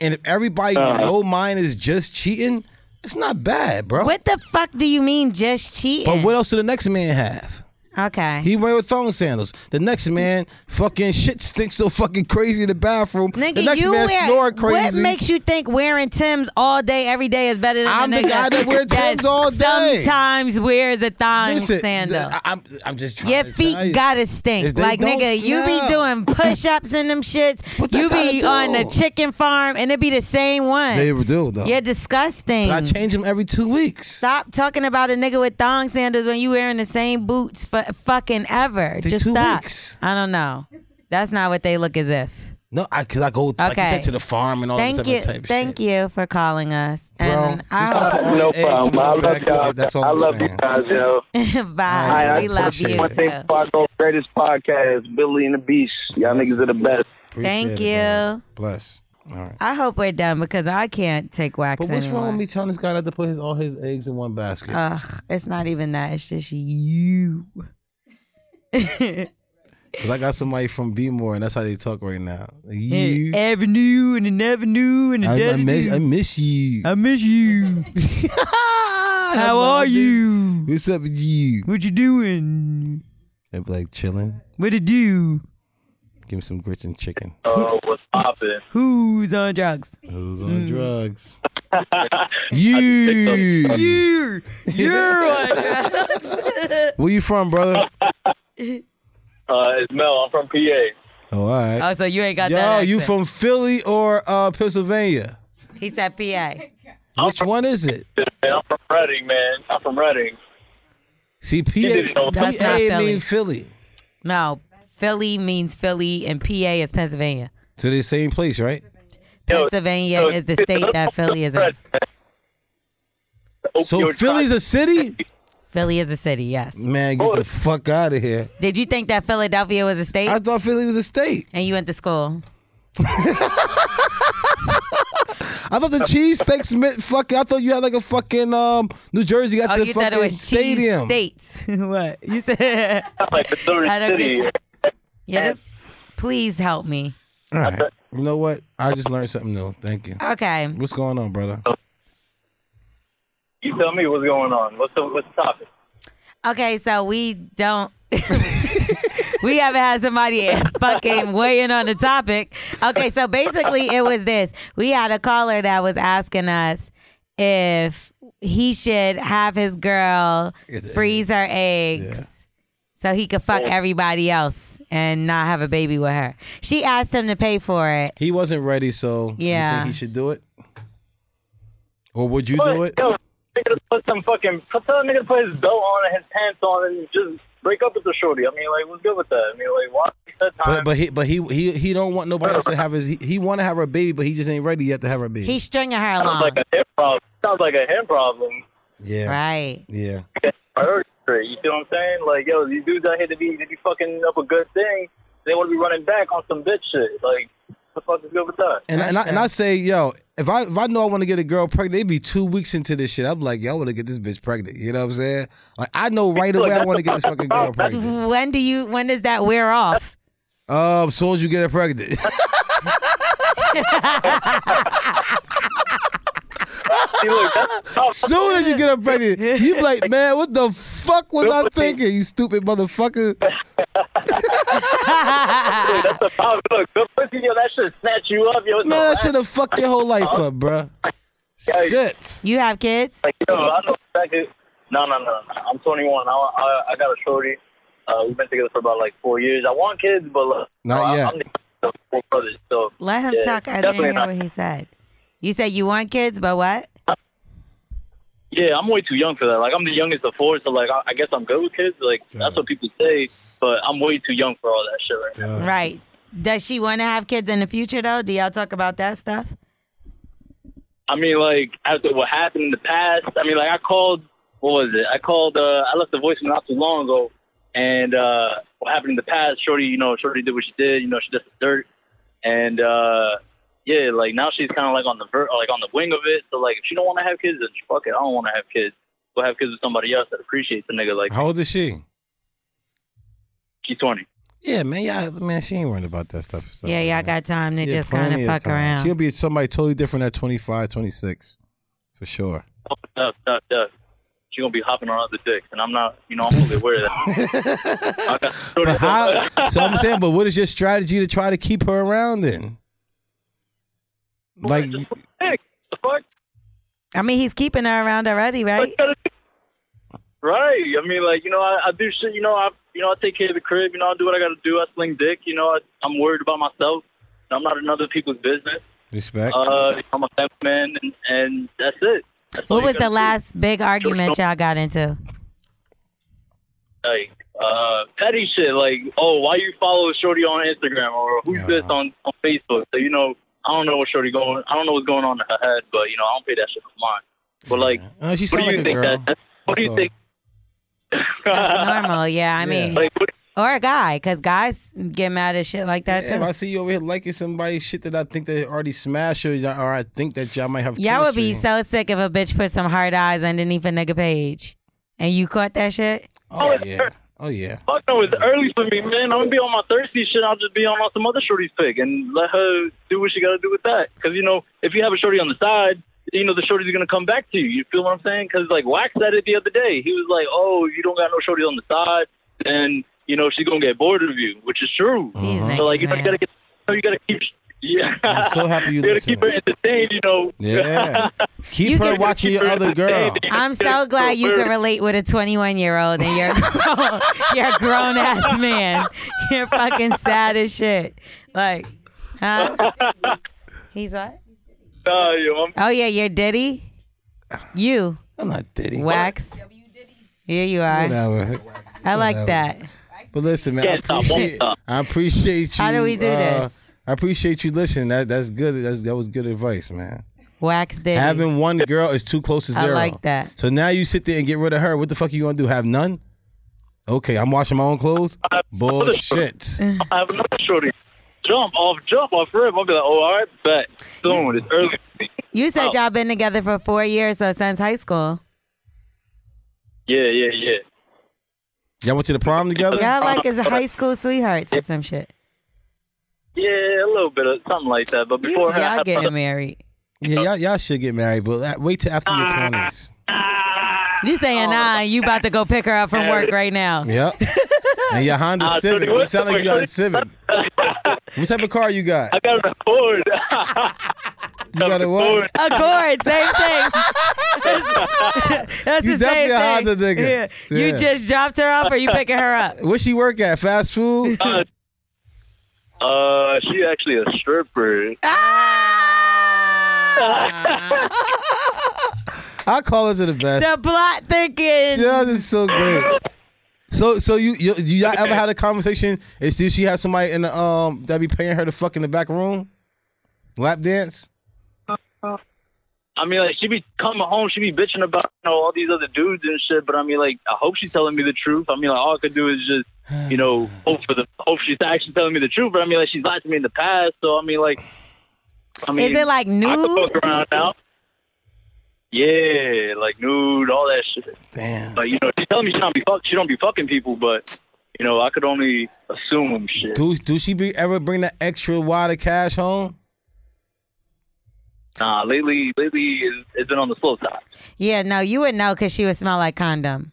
And if everybody know mine is just cheating, it's not bad, bro.
What the fuck do you mean just cheating?
But what else do the next man have?
okay.
He wear with thong sandals. The next man fucking shit stinks so fucking crazy in the bathroom. the
Nigga,
next
you
man
wear
snore crazy.
what makes you think wearing Tim's all day every day is better than
I'm
a
the
nigga
guy that wear Timbs all day.
Sometimes wears a thong
Listen,
sandal.
I, am I'm just trying
Your
to
feet
tell you.
gotta
Is
stink.
they
Like
don't
nigga, you be
smell.
doing push ups in them shits.
What they
You be
gotta
on
do?
the chicken farm and it be the same one.
They do though.
You're disgusting.
But I change them every two weeks.
Stop talking about a nigga with thong sandals when you wearing the same boots for fucking ever.
They
Just
two
stop.
weeks.
I don't know. That's not what they look as if.
No, I cause I go like you
Okay.
said, to the farm and all that
Thank
type
you,
of type of
thank
shit.
you for calling us.
Bro,
And I
just
hope.
don't put all your eggs
No problem.
in
I
one
love
basket.
y'all.
That's all
I
I'm
love
saying.
you guys, yo.
Bye.
All right,
we
I
love
appreciate
you.
it.
One thing
too.
about the greatest podcast, Billy and the Beast. Y'all niggas are the best.
Thank
Appreciate it, man.
you.
Bless. All right.
I hope we're done because I can't take wax
But what's
anymore.
wrong with me telling this guy not to put his, all his eggs in one basket?
Ugh, it's not even that. It's just you.
Because I got somebody from B-more and that's how they talk right now. You.
Avenue and an avenue and a
I, I, miss, I
dead.
miss you.
I miss you. How are you?
What's up with you?
What you doing?
They be like, chilling.
What it do?
Give me some grits and chicken.
Oh, what's poppin'?
Who's on drugs?
Who's on drugs? You,
you, you're on
Where you from, brother?
Oh,
Uh, it's Mel. I'm from PA.
Oh, all right.
Oh, so you ain't got
Yo,
that
you
accent.
from Philly or uh, Pennsylvania?
He said PA.
Which one is it?
Man, I'm from Reading, man. I'm from Reading.
See, PA,
That's not
PA
Philly.
mean Philly.
No, Philly means Philly, and PA is Pennsylvania.
So they same place, right?
Pennsylvania
yo,
is the state that Philly is in.
So Philly's a city?
Philly is a city, yes.
Man, get the fuck out of here.
Did you think that Philadelphia was a state?
I thought Philly was a state.
and you went to school.
I thought the cheesesteaks meant fuck. I thought you had like a fucking um New Jersey got
Oh,
the
you
fucking
thought it was
stadium.
cheese states. what you said?
like the third
I don't get
city.
you. Yeah, this, please help me.
All right. You know what? I just learned something new. Thank you.
Okay.
What's going on, brother?
You tell me what's going on. What's the what's the topic?
Okay, so we don't. we haven't had somebody fucking weigh in on the topic. Okay, so basically it was this. We had a caller that was asking us if he should have his girl freeze her eggs so he could fuck everybody else and not have a baby with her. She asked him to pay for it.
He wasn't ready, so you
Yeah.
think he should do it? Or would you do it?
Yo, nigga to put some fucking put tell the nigga to put his belt on and his pants on and just break up with the shorty. I mean, like, what's good with that? I mean, like, why waste that
But
time?
but he but he he he don't want nobody else to have his he, he want to have her baby, but he just ain't ready yet to have her baby.
He's stringing her
sounds
along.
like a hip problem. Sounds like a hip problem.
yeah,
Right.
yeah.
Priority straight. You see what I'm saying? Like, yo, these dudes out here to be to be fucking up a good thing. They want to be running back on some bitch shit. Like, what the fuck is good with that?
And and I, and I say, yo, if I if I know I want to get a girl pregnant, it'd be two weeks into this shit. I'm like, yo, I want to get this bitch pregnant. You know what I'm saying? Like, I know right away I want to get this fucking girl pregnant.
When do you when does that wear off?
Um, as soon as you get her pregnant,
See, look, that's tough.
soon as you get her pregnant, you be like, man, what the fuck was I thinking? You stupid motherfucker.
Look, that's the problem. Look, good pussy, yo, that shit snatch you up, yo. It's
Man,
a
I
wrap.
should have fucked your whole life up, bruh. Shit.
You have kids?
Like, yo, I know exactly. No, no, no, no. I'm 21. I, I, I got a shorty. Uh, we've been together for about like four years. I want kids, but like,
Not
I,
yet.
I'm the four brothers, so
Let him
yeah,
talk. I didn't
definitely
hear
not.
what he said. You said you want kids, but what?
Yeah, I'm way too young for that. Like, I'm the youngest of four, so like, I, I guess I'm good with kids. Like, that's what people say, but I'm way too young for all that shit right now.
Right. Does she want to have kids in the future though? Do y'all talk about that stuff?
I mean, like, after what happened in the past, I mean, like, I called, what was it? I called, uh, I left a voicemail not too long ago, and uh, what happened in the past, Shorty, you know, Shorty did what she did, you know, she did the dirt, and, uh, yeah, like, now she's kind of, like, on the ver- like on the wing of it, so, like, if she don't want to have kids, then fuck it, I don't want to have kids. We'll have kids with somebody else that appreciates the nigga, like,
How old is she?
she's 20.
Yeah, man, yeah, man, she ain't worried about that stuff. So,
yeah, y'all
man.
got time to
Yeah,
just kind
plenty
of
of
fuck
time.
around.
She'll be somebody totally different at 25, 26, for sure.
Oh, duh, duh, duh. She gonna be hopping on other dicks, and I'm not, you know, I'm fully aware of that. I got Shorty-
But how? so I'm saying, but what is your strategy to try to keep her around then? Like,
Just put a dick. The fuck?
I mean, he's keeping her around already, right?
Right. I mean, like you know, I, I do shit. You know, I you know, I take care of the crib. You know, I do what I got to do. I sling dick. You know, I, I'm worried about myself. I'm not in other people's business.
respect.
Uh, I'm a family man, and, and that's it. That's all
What
you
was
gotta
the
do.
last big argument y'all got into?
like uh, petty shit? Like, oh, why you follow Shorty on Instagram or who's
Yeah.
this on on Facebook? So you know, I don't know what Shorty going. I don't know what's going on in her head, but you know, I don't pay that shit for mine. But like,
Uh, she
what
sound
do you
like a
think
girl.
that? What do
That's all.
you think?
That's normal. Yeah, I mean,
like, what,
or a guy, because guys get mad at shit like that
Yeah, if I
too.
see you over here liking somebody's shit that I think they already smashed or, y'all- or I think that y'all might have.
Y'all would be
chemistry.
so sick if a bitch put some hard eyes underneath a nigga page, and you caught that shit.
Oh yeah. Oh yeah.
fuck no, it's early for me, man. I'm gonna be on my thirsty shit. I'll just be on some other Shorty's pick and let her do what she gotta do with that. Because you know, if you have a Shorty on the side. You know the shorties are gonna come back to you. You feel what I'm saying? Because like Wax said it the other day, he was like, "Oh, you don't got no shorty on the side, and you know she's gonna get bored of you," which is true.
These
So
Uh-huh.
niggas,
like you know you
man.
gotta get, you gotta keep Yeah.
I'm so happy you
Gotta keep her entertained, you know.
Yeah. Keep her
gotta
watching
keep
your
her
other girl.
entertained.
I'm so glad you can relate with a 21 year old and you're you're a grown ass man. You're fucking sad as shit. Like, huh? He's what?
No, yo, I'm
Oh yeah, you're Diddy. You.
I'm not Diddy.
Wax. Yeah, you are.
Oh. Whatever.
I like
Whatever.
that.
But listen, man, I
Can't stop, won't
appreciate,
stop.
I appreciate you. uh,
How do we do this?
I appreciate you listening. That that's good. That's, that was good advice, man.
Wax Diddy.
Having one girl is too close to
I
zero.
like that.
So now you sit there and get rid of her. What the fuck you gonna do? Have none? Okay, I'm washing my own clothes. Bullshit.
I have another shorty. Jump off, jump off rip. I'll be like, oh, all right, bet. Doing it's early.
You
Oh.
said y'all been together for four years, so since high school.
Yeah, yeah, yeah.
Y'all went to the prom together.
Y'all like is high school sweethearts or some shit.
Yeah, a little bit of something like that. But before her, I
Y'all
had
getting
another-
married.
Yeah, y'all, y'all should get married, but that- wait till after your
Uh,
twenties.
You
Oh.
saying nah, you about to go pick her up from work right now.
Yep. And your Honda
Uh,
Civic.
Tony,
You sound like you got a Civic. What type of car you got? I
got an Accord.
You got a what?
Accord, same thing. That's, that's
You
the
definitely a
same thing.
Honda nigga.
Yeah. You
Yeah.
just dropped her off, or you picking her up?
What she work at? Fast food?
Uh, she actually a stripper.
I call her to the best.
The plot thinking.
Yeah, this is so great. So, so you, you, you y'all ever had a conversation? Is did she have somebody in the um that be paying her to fuck in the back room, lap dance?
I mean, like she be coming home, she be bitching about you know all these other dudes and shit. But I mean, like I hope she's telling me the truth. I mean, like all I could do is just you know hope for the hope she's actually telling me the truth. But I mean, like she's lied to me in the past, so I mean, like I mean,
Is it like
I could
nude?
fuck around now. Yeah, like nude, all that shit.
Damn.
Like you know, she telling me she don't be fuck, she don't be fucking people, but you know, I could only assume shit.
Do do she be ever bring that extra wad of cash home?
Nah, lately, lately it's, it's been on the slow side.
Yeah, no, you would know because she would smell like condom.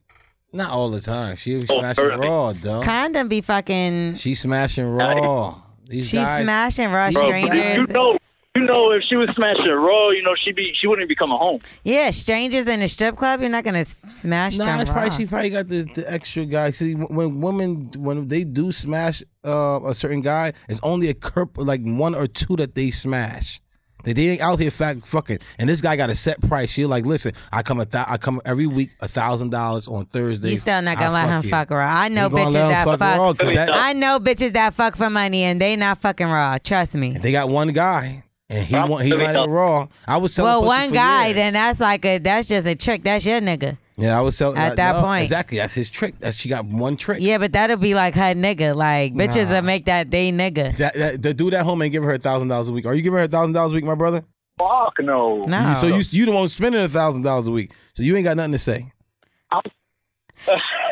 Not all the time. She be
Oh,
smashing raw, though.
Condom be fucking.
She smashing raw. These
She's
guys-
smashing raw
Bro, you
strangers.
know, you know, if she was smashing raw, you know, she be she wouldn't be coming home.
Yeah, strangers in a strip club, you're not gonna s- smash
Nah,
them
it's
raw.
probably, she probably got the, the extra guy. See, when- when women when they do smash uh, a certain guy, it's only a curp like one or two that they smash. They they ain't out here fact fucking, and this guy got a set price. She like, listen, I come a thou- I come every week a thousand dollars on Thursdays.
You still not
I
gonna let him
Ah, you.
fuck raw. I know
You gonna
bitches
let him
that fuck.
raw, 'cause that-
I know bitches that fuck for money and they not fucking raw. Trust me.
they got one guy, and he want he not raw. I was selling.
Well,
pussy
one
for
guy,
years.
then that's like a that's just a trick. That's your nigga.
Yeah, I was selling
At
I-
that
no,
point.
Exactly, that's his trick. That she got one trick.
Yeah, but that'll be like her nigga. Like bitches
Nah.
that make that they nigga.
That, that the dude at home ain't giving her a thousand dollars a week. Are you giving her a thousand dollars a week, my brother?
Fuck no.
You- So you you the one spending a thousand dollars a week. So you ain't got nothing to say.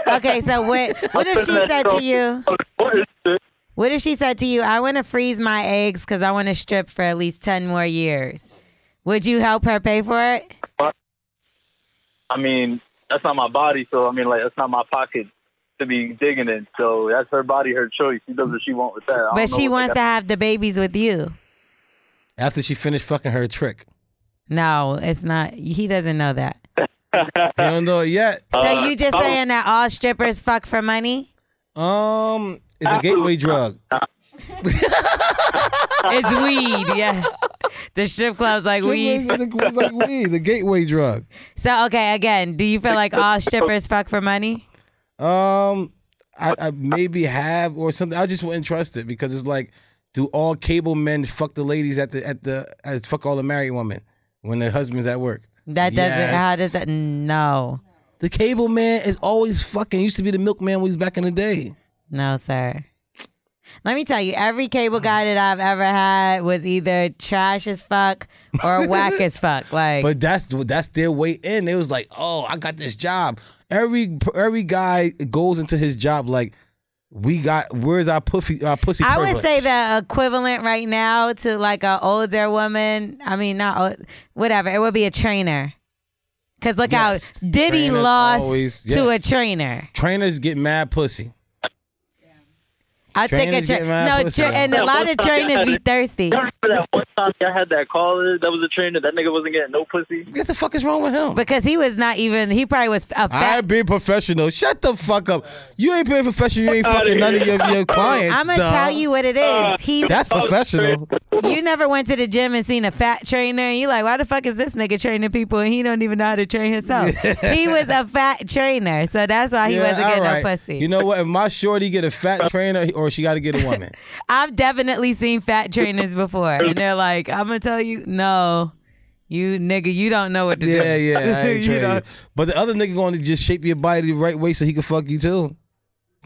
okay, so what what if she said to you? What if she said to you, "I want to freeze my eggs because I want to strip for at least ten more years"? Would you help her pay for it?
I mean, that's not my body, so I mean, like that's not my pocket to be digging in. So that's her body, her choice. She does what she wants with that. I don't
But
know
she
what
wants
they
to
got-
have the babies with you.
After she finished fucking her trick.
No, it's not. He doesn't know that.
you don't know it yet.
So you just saying that all strippers fuck for money?
Um, it's a gateway drug.
It's weed, yeah. The strip club's like weed.
It's like- it's like weed, the gateway drug.
So okay, again, do you feel like all strippers fuck for money?
Um, I, I maybe have or something. I just wouldn't trust it because it's like, do all cable men fuck the ladies at the at the at fuck all the married women when their husband's at work?
That doesn't. How
Yes.
does that? No,
The cable man is always fucking. Used to be the milkman when he was back in the day.
no, sir. Let me tell you, every cable guy that I've ever had was either trash as fuck or whack as fuck. Like,
But that's that's their way in. It was like, oh, I got this job. Every every guy goes into his job like, we got where's our pussy? Our pussy.
I would
privilege?
say the equivalent right now to like an older woman. I mean, not old, whatever. It would be a trainer. Cause look how Diddy
Trainers
lost
always-
to a
yes.
trainer.
trainers get mad pussy.
I think a
Trainers
tra-
get mad
no,
pussy,
tra-
though.
and a lot of trainers be thirsty.
Remember that one time I had that caller that was a trainer? That nigga wasn't getting no pussy.
What the fuck is wrong with him?
Because he was not even. He probably was a
I
fat.
be professional. Shut the fuck up. You ain't being professional. You ain't
Outta
fucking none of your, your clients.
I'm gonna
duh.
tell you what it is. He's
That's professional.
You never went to the gym and seen a fat trainer, and you like, why the fuck is this nigga training people and he don't even know how to train himself? he was a fat trainer, so that's why he
Yeah,
wasn't getting
all
no
right.
pussy.
You know what? If my shorty get a fat trainer, or she got to get a woman.
I've definitely seen fat trainers before, and they're like, I'm gonna tell you, no, you nigga, you don't know what to
yeah,
do.
yeah. I ain't
You
trying
know?
you. But the other nigga going to just shape your body the right way so he can fuck you too.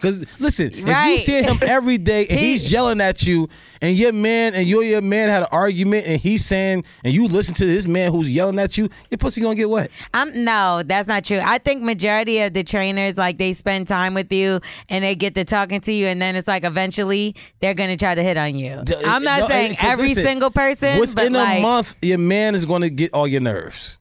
Cause listen, if
Right.
you see him every day and he's yelling at you, and your man and you and your man had an argument, and he's saying, and you listen to this man who's yelling at you, your pussy gonna get wet.
I'm no, that's not true. I think majority of the trainers like they spend time with you and they get to talking to you, and then it's like eventually they're gonna try to hit on you. I'm not
No,
saying
'cause
every
listen,
single person, but
Within
like,
a month, your man is gonna get all your nerves,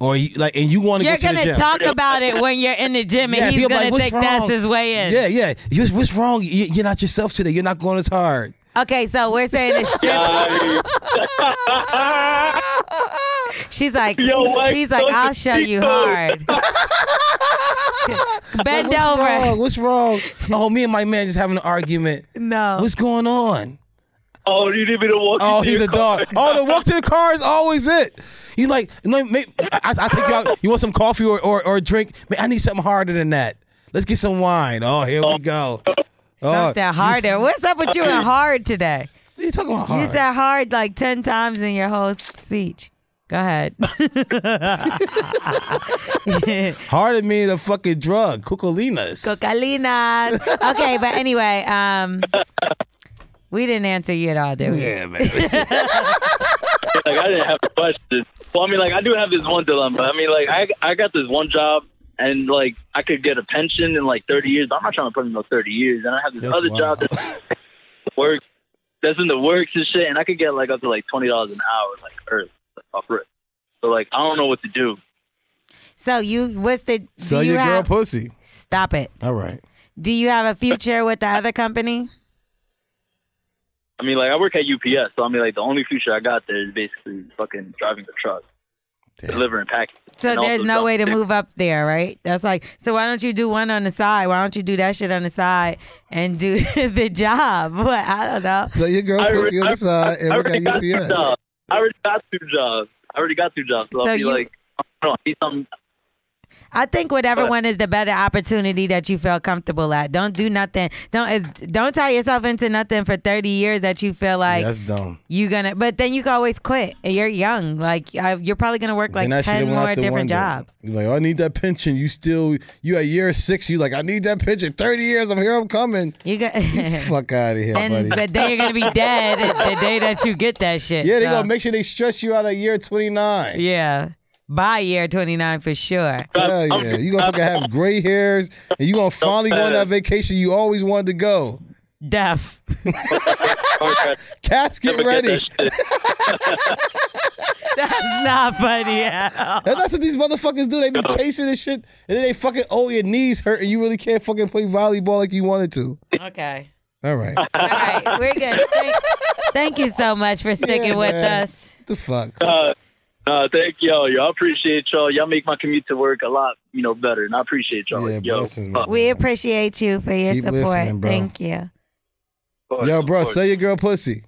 or you, like, and you want
you're
go to
gonna
the gym.
talk about it when you're in the gym, and
Yeah,
he's
he'll be
gonna
like, "What's
think
wrong?"
that's his way in.
Yeah, yeah. You- What's wrong? You- You're not yourself today. You're not going as hard.
Okay, so we're saying the strip. She's like,
Yo, Mike,
he's like,
don't
I'll
you
show you
know?"
hard. Bend
what's
over.
Wrong? What's wrong? Oh, me and my man just having an argument.
No.
What's going on?
Oh, you need me to walk.
Oh, he's a dog. Oh, the walk to the car is always it. You like, no, ma- I, I take you out. You want some coffee or, or, or a drink? Man, I need something harder than that. Let's get some wine. Oh, here we go. Oh,
Something harder. What's up with you and hard today?
What are you talking about hard?
You said hard like 10 times in your whole s- speech. Go ahead.
Harder means a fucking drug, cuculinas.
Cocalinas. Okay, but anyway, um, we didn't answer you at all, did we?
Yeah, man.
like I didn't have a question. Well, I mean, like I do have this one dilemma. I mean, like I I got this one job, and like I could get a pension in like thirty years. I'm not trying to put in no thirty years. And I have this
That's
other
wild.
job that's work that's in the works and shit, and I could get like up to like twenty dollars an hour, like early, like, off rip. So like I don't know what to do.
So you, what's the? do
Sell
you
your girl
have,
pussy.
Stop it.
All right.
Do you have a future with the other company?
I mean, like I work at UPS, so I mean, like the only future I got there is basically fucking driving a truck, delivering packages.
So
and also
there's no way to
something-
move up there, right? That's like, so why don't you do one on the side? Why don't you do that shit on the side and do the job? What I don't know.
So your girl
I
pussy on
already-
the side and uh,
I
work
already
at
got two
UPS.
jobs. I already got two jobs. I already got two jobs. So,
So
I'll be
you-
like, I don't know, I need something.
I think whatever one is the better opportunity that you feel comfortable at. Don't do nothing. Don't it's- don't tie yourself into nothing for thirty years that you feel like
That's dumb.
you gonna. But then you can always quit. And You're young. Like I, you're probably gonna work like
Then I
ten
should've went out
more
the
different
window.
jobs.
You're like, oh, I need that pension. You still, you at year six. You like, I need that pension. Thirty years. I'm here. I'm coming.
You got
fuck out of here, buddy.
and but then you're gonna be dead the day that you get that shit.
yeah, they
so.
gonna make sure they stress you out at year twenty nine.
Yeah, by year twenty nine for sure.
Hell yeah. You gonna fucking have gray hairs, and you gonna finally go on that vacation you always wanted to go.
Deaf.
Cats, get ready.
That's not funny at all.
That's what these motherfuckers do. They be chasing this shit, and then they fucking oh your knees hurt, and you really can't fucking play volleyball like you wanted to.
Okay.
All right.
All right, we're good. Thank, thank you so much for sticking
Yeah,
with
man.
us.
the fuck?
Uh, uh, thank y'all. Y'all appreciate y'all. Y'all make my commute to work a lot, you know, better. And I appreciate y'all. Yeah, Yo, fuck.
We appreciate you for your
Keep
support.
listening, bro.
Thank you.
Yo, bro, sell your girl pussy.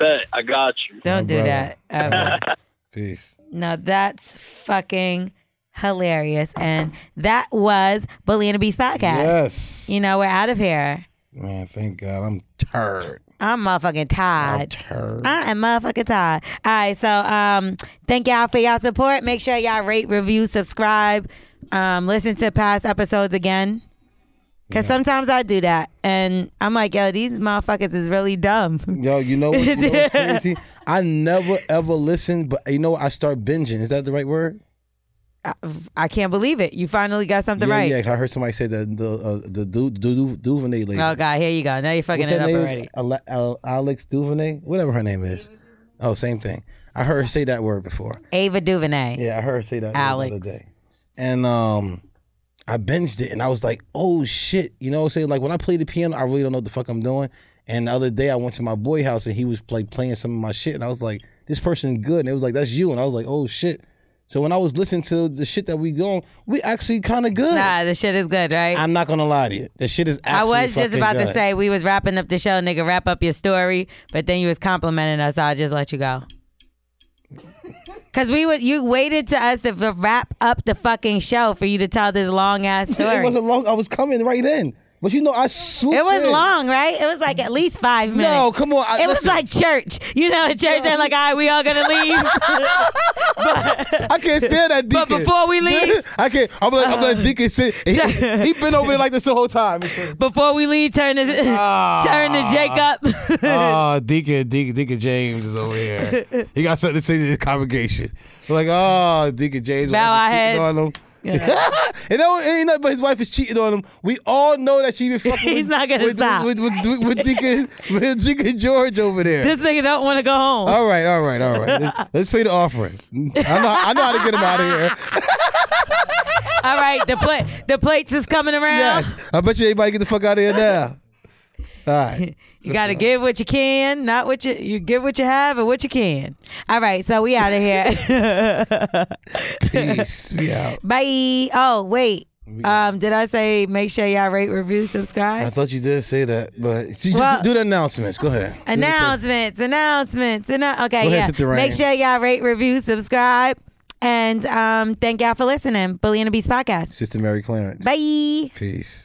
Bet. I got you.
Don't do
brother.
that. Ever.
Peace.
now that's fucking hilarious. And that was Bully and the Beast podcast.
Yes.
You know, we're out of here.
Man, thank God. I'm tired.
I'm motherfucking tired. I'm
tired.
I am motherfucking tired. All right, so um, thank y'all for y'all support. Make sure y'all rate, review, subscribe, um, listen to past episodes again. Cause sometimes I do that, and I'm like, yo, these motherfuckers is really dumb.
Yo, you know what? You know what's crazy? I never ever listen, but you know what? I start binging. Is that the right word?
I, I can't believe it. You finally got something
yeah,
right.
yeah. I heard somebody say that the uh, the du- du- du- Duvernay lady.
Oh God, here you go. Now you're fucking
What's
it
her
up
name?
already.
Ale- Al- Alex Duvernay, whatever her name is. Oh, same thing. I heard her say that word before.
Ava DuVernay.
Yeah, I heard her say that the
Alex.
other day. And um, I binged it and I was like, oh shit. You know what I'm saying? Like when I play the piano, I really don't know what the fuck I'm doing. And the other day I went to my boy house and he was like playing some of my shit and I was like, this person good. And it was like, that's you. And I was like, oh shit. So when I was listening to the shit that we doing, we actually kind of good.
Nah, the shit is good, right?
I'm not gonna lie to you. The shit is.
I
Actually
was just
fucking
about to
good.
say we was wrapping up the show, nigga. Wrap up your story, but then you was complimenting us. So I just let you go. Cause we would you waited to us to wrap up the fucking show for you to tell this long ass story.
it wasn't long. I was coming right in, but you know I swooped.
It was
in.
long, right? It was like at least five minutes.
No, come on. I-
it was
listen.
like church. You know, at church, they're like, all right, we all gonna leave.
I can't stand that deacon.
But before we leave-
I can't. I'm like, I'm like deacon sit. He, he been over there like this the whole time. "Ah."
Before we leave, turn to, turn to Jacob.
oh, Deacon, Deacon, Deacon James is over here. He got something to say to the congregation. Like, oh, Deacon James,
Bow
wife
our
is cheating
heads.
on him. and no, it ain't nothing but his wife is cheating on him. We all know that she been fucking.
He's
with,
not gonna
with,
stop.
with, with, with, with Deacon, with Deacon George over there.
this nigga don't want to go home.
all right, all right, all right. Let's, let's pay the offering. I know, I know how to get him out of here.
All right, the plate the plates is coming around.
Yes. I bet you everybody get the fuck out of here now. All right.
You gotta give what you can, not what you you give what you have and what you can. All right, so we out of here.
Peace. We out.
Bye. Oh wait, um, did I say make sure y'all rate, review, subscribe?
thought you did say that, but just
Well-
do the announcements. Go ahead.
Announcements, announcements, and okay,
Go ahead,
yeah.
hit the rain.
Make sure y'all rate, review, subscribe, and um, thank y'all for listening. Bully and the Beast podcast.
Sister Mary Clarence.
Bye.
Peace.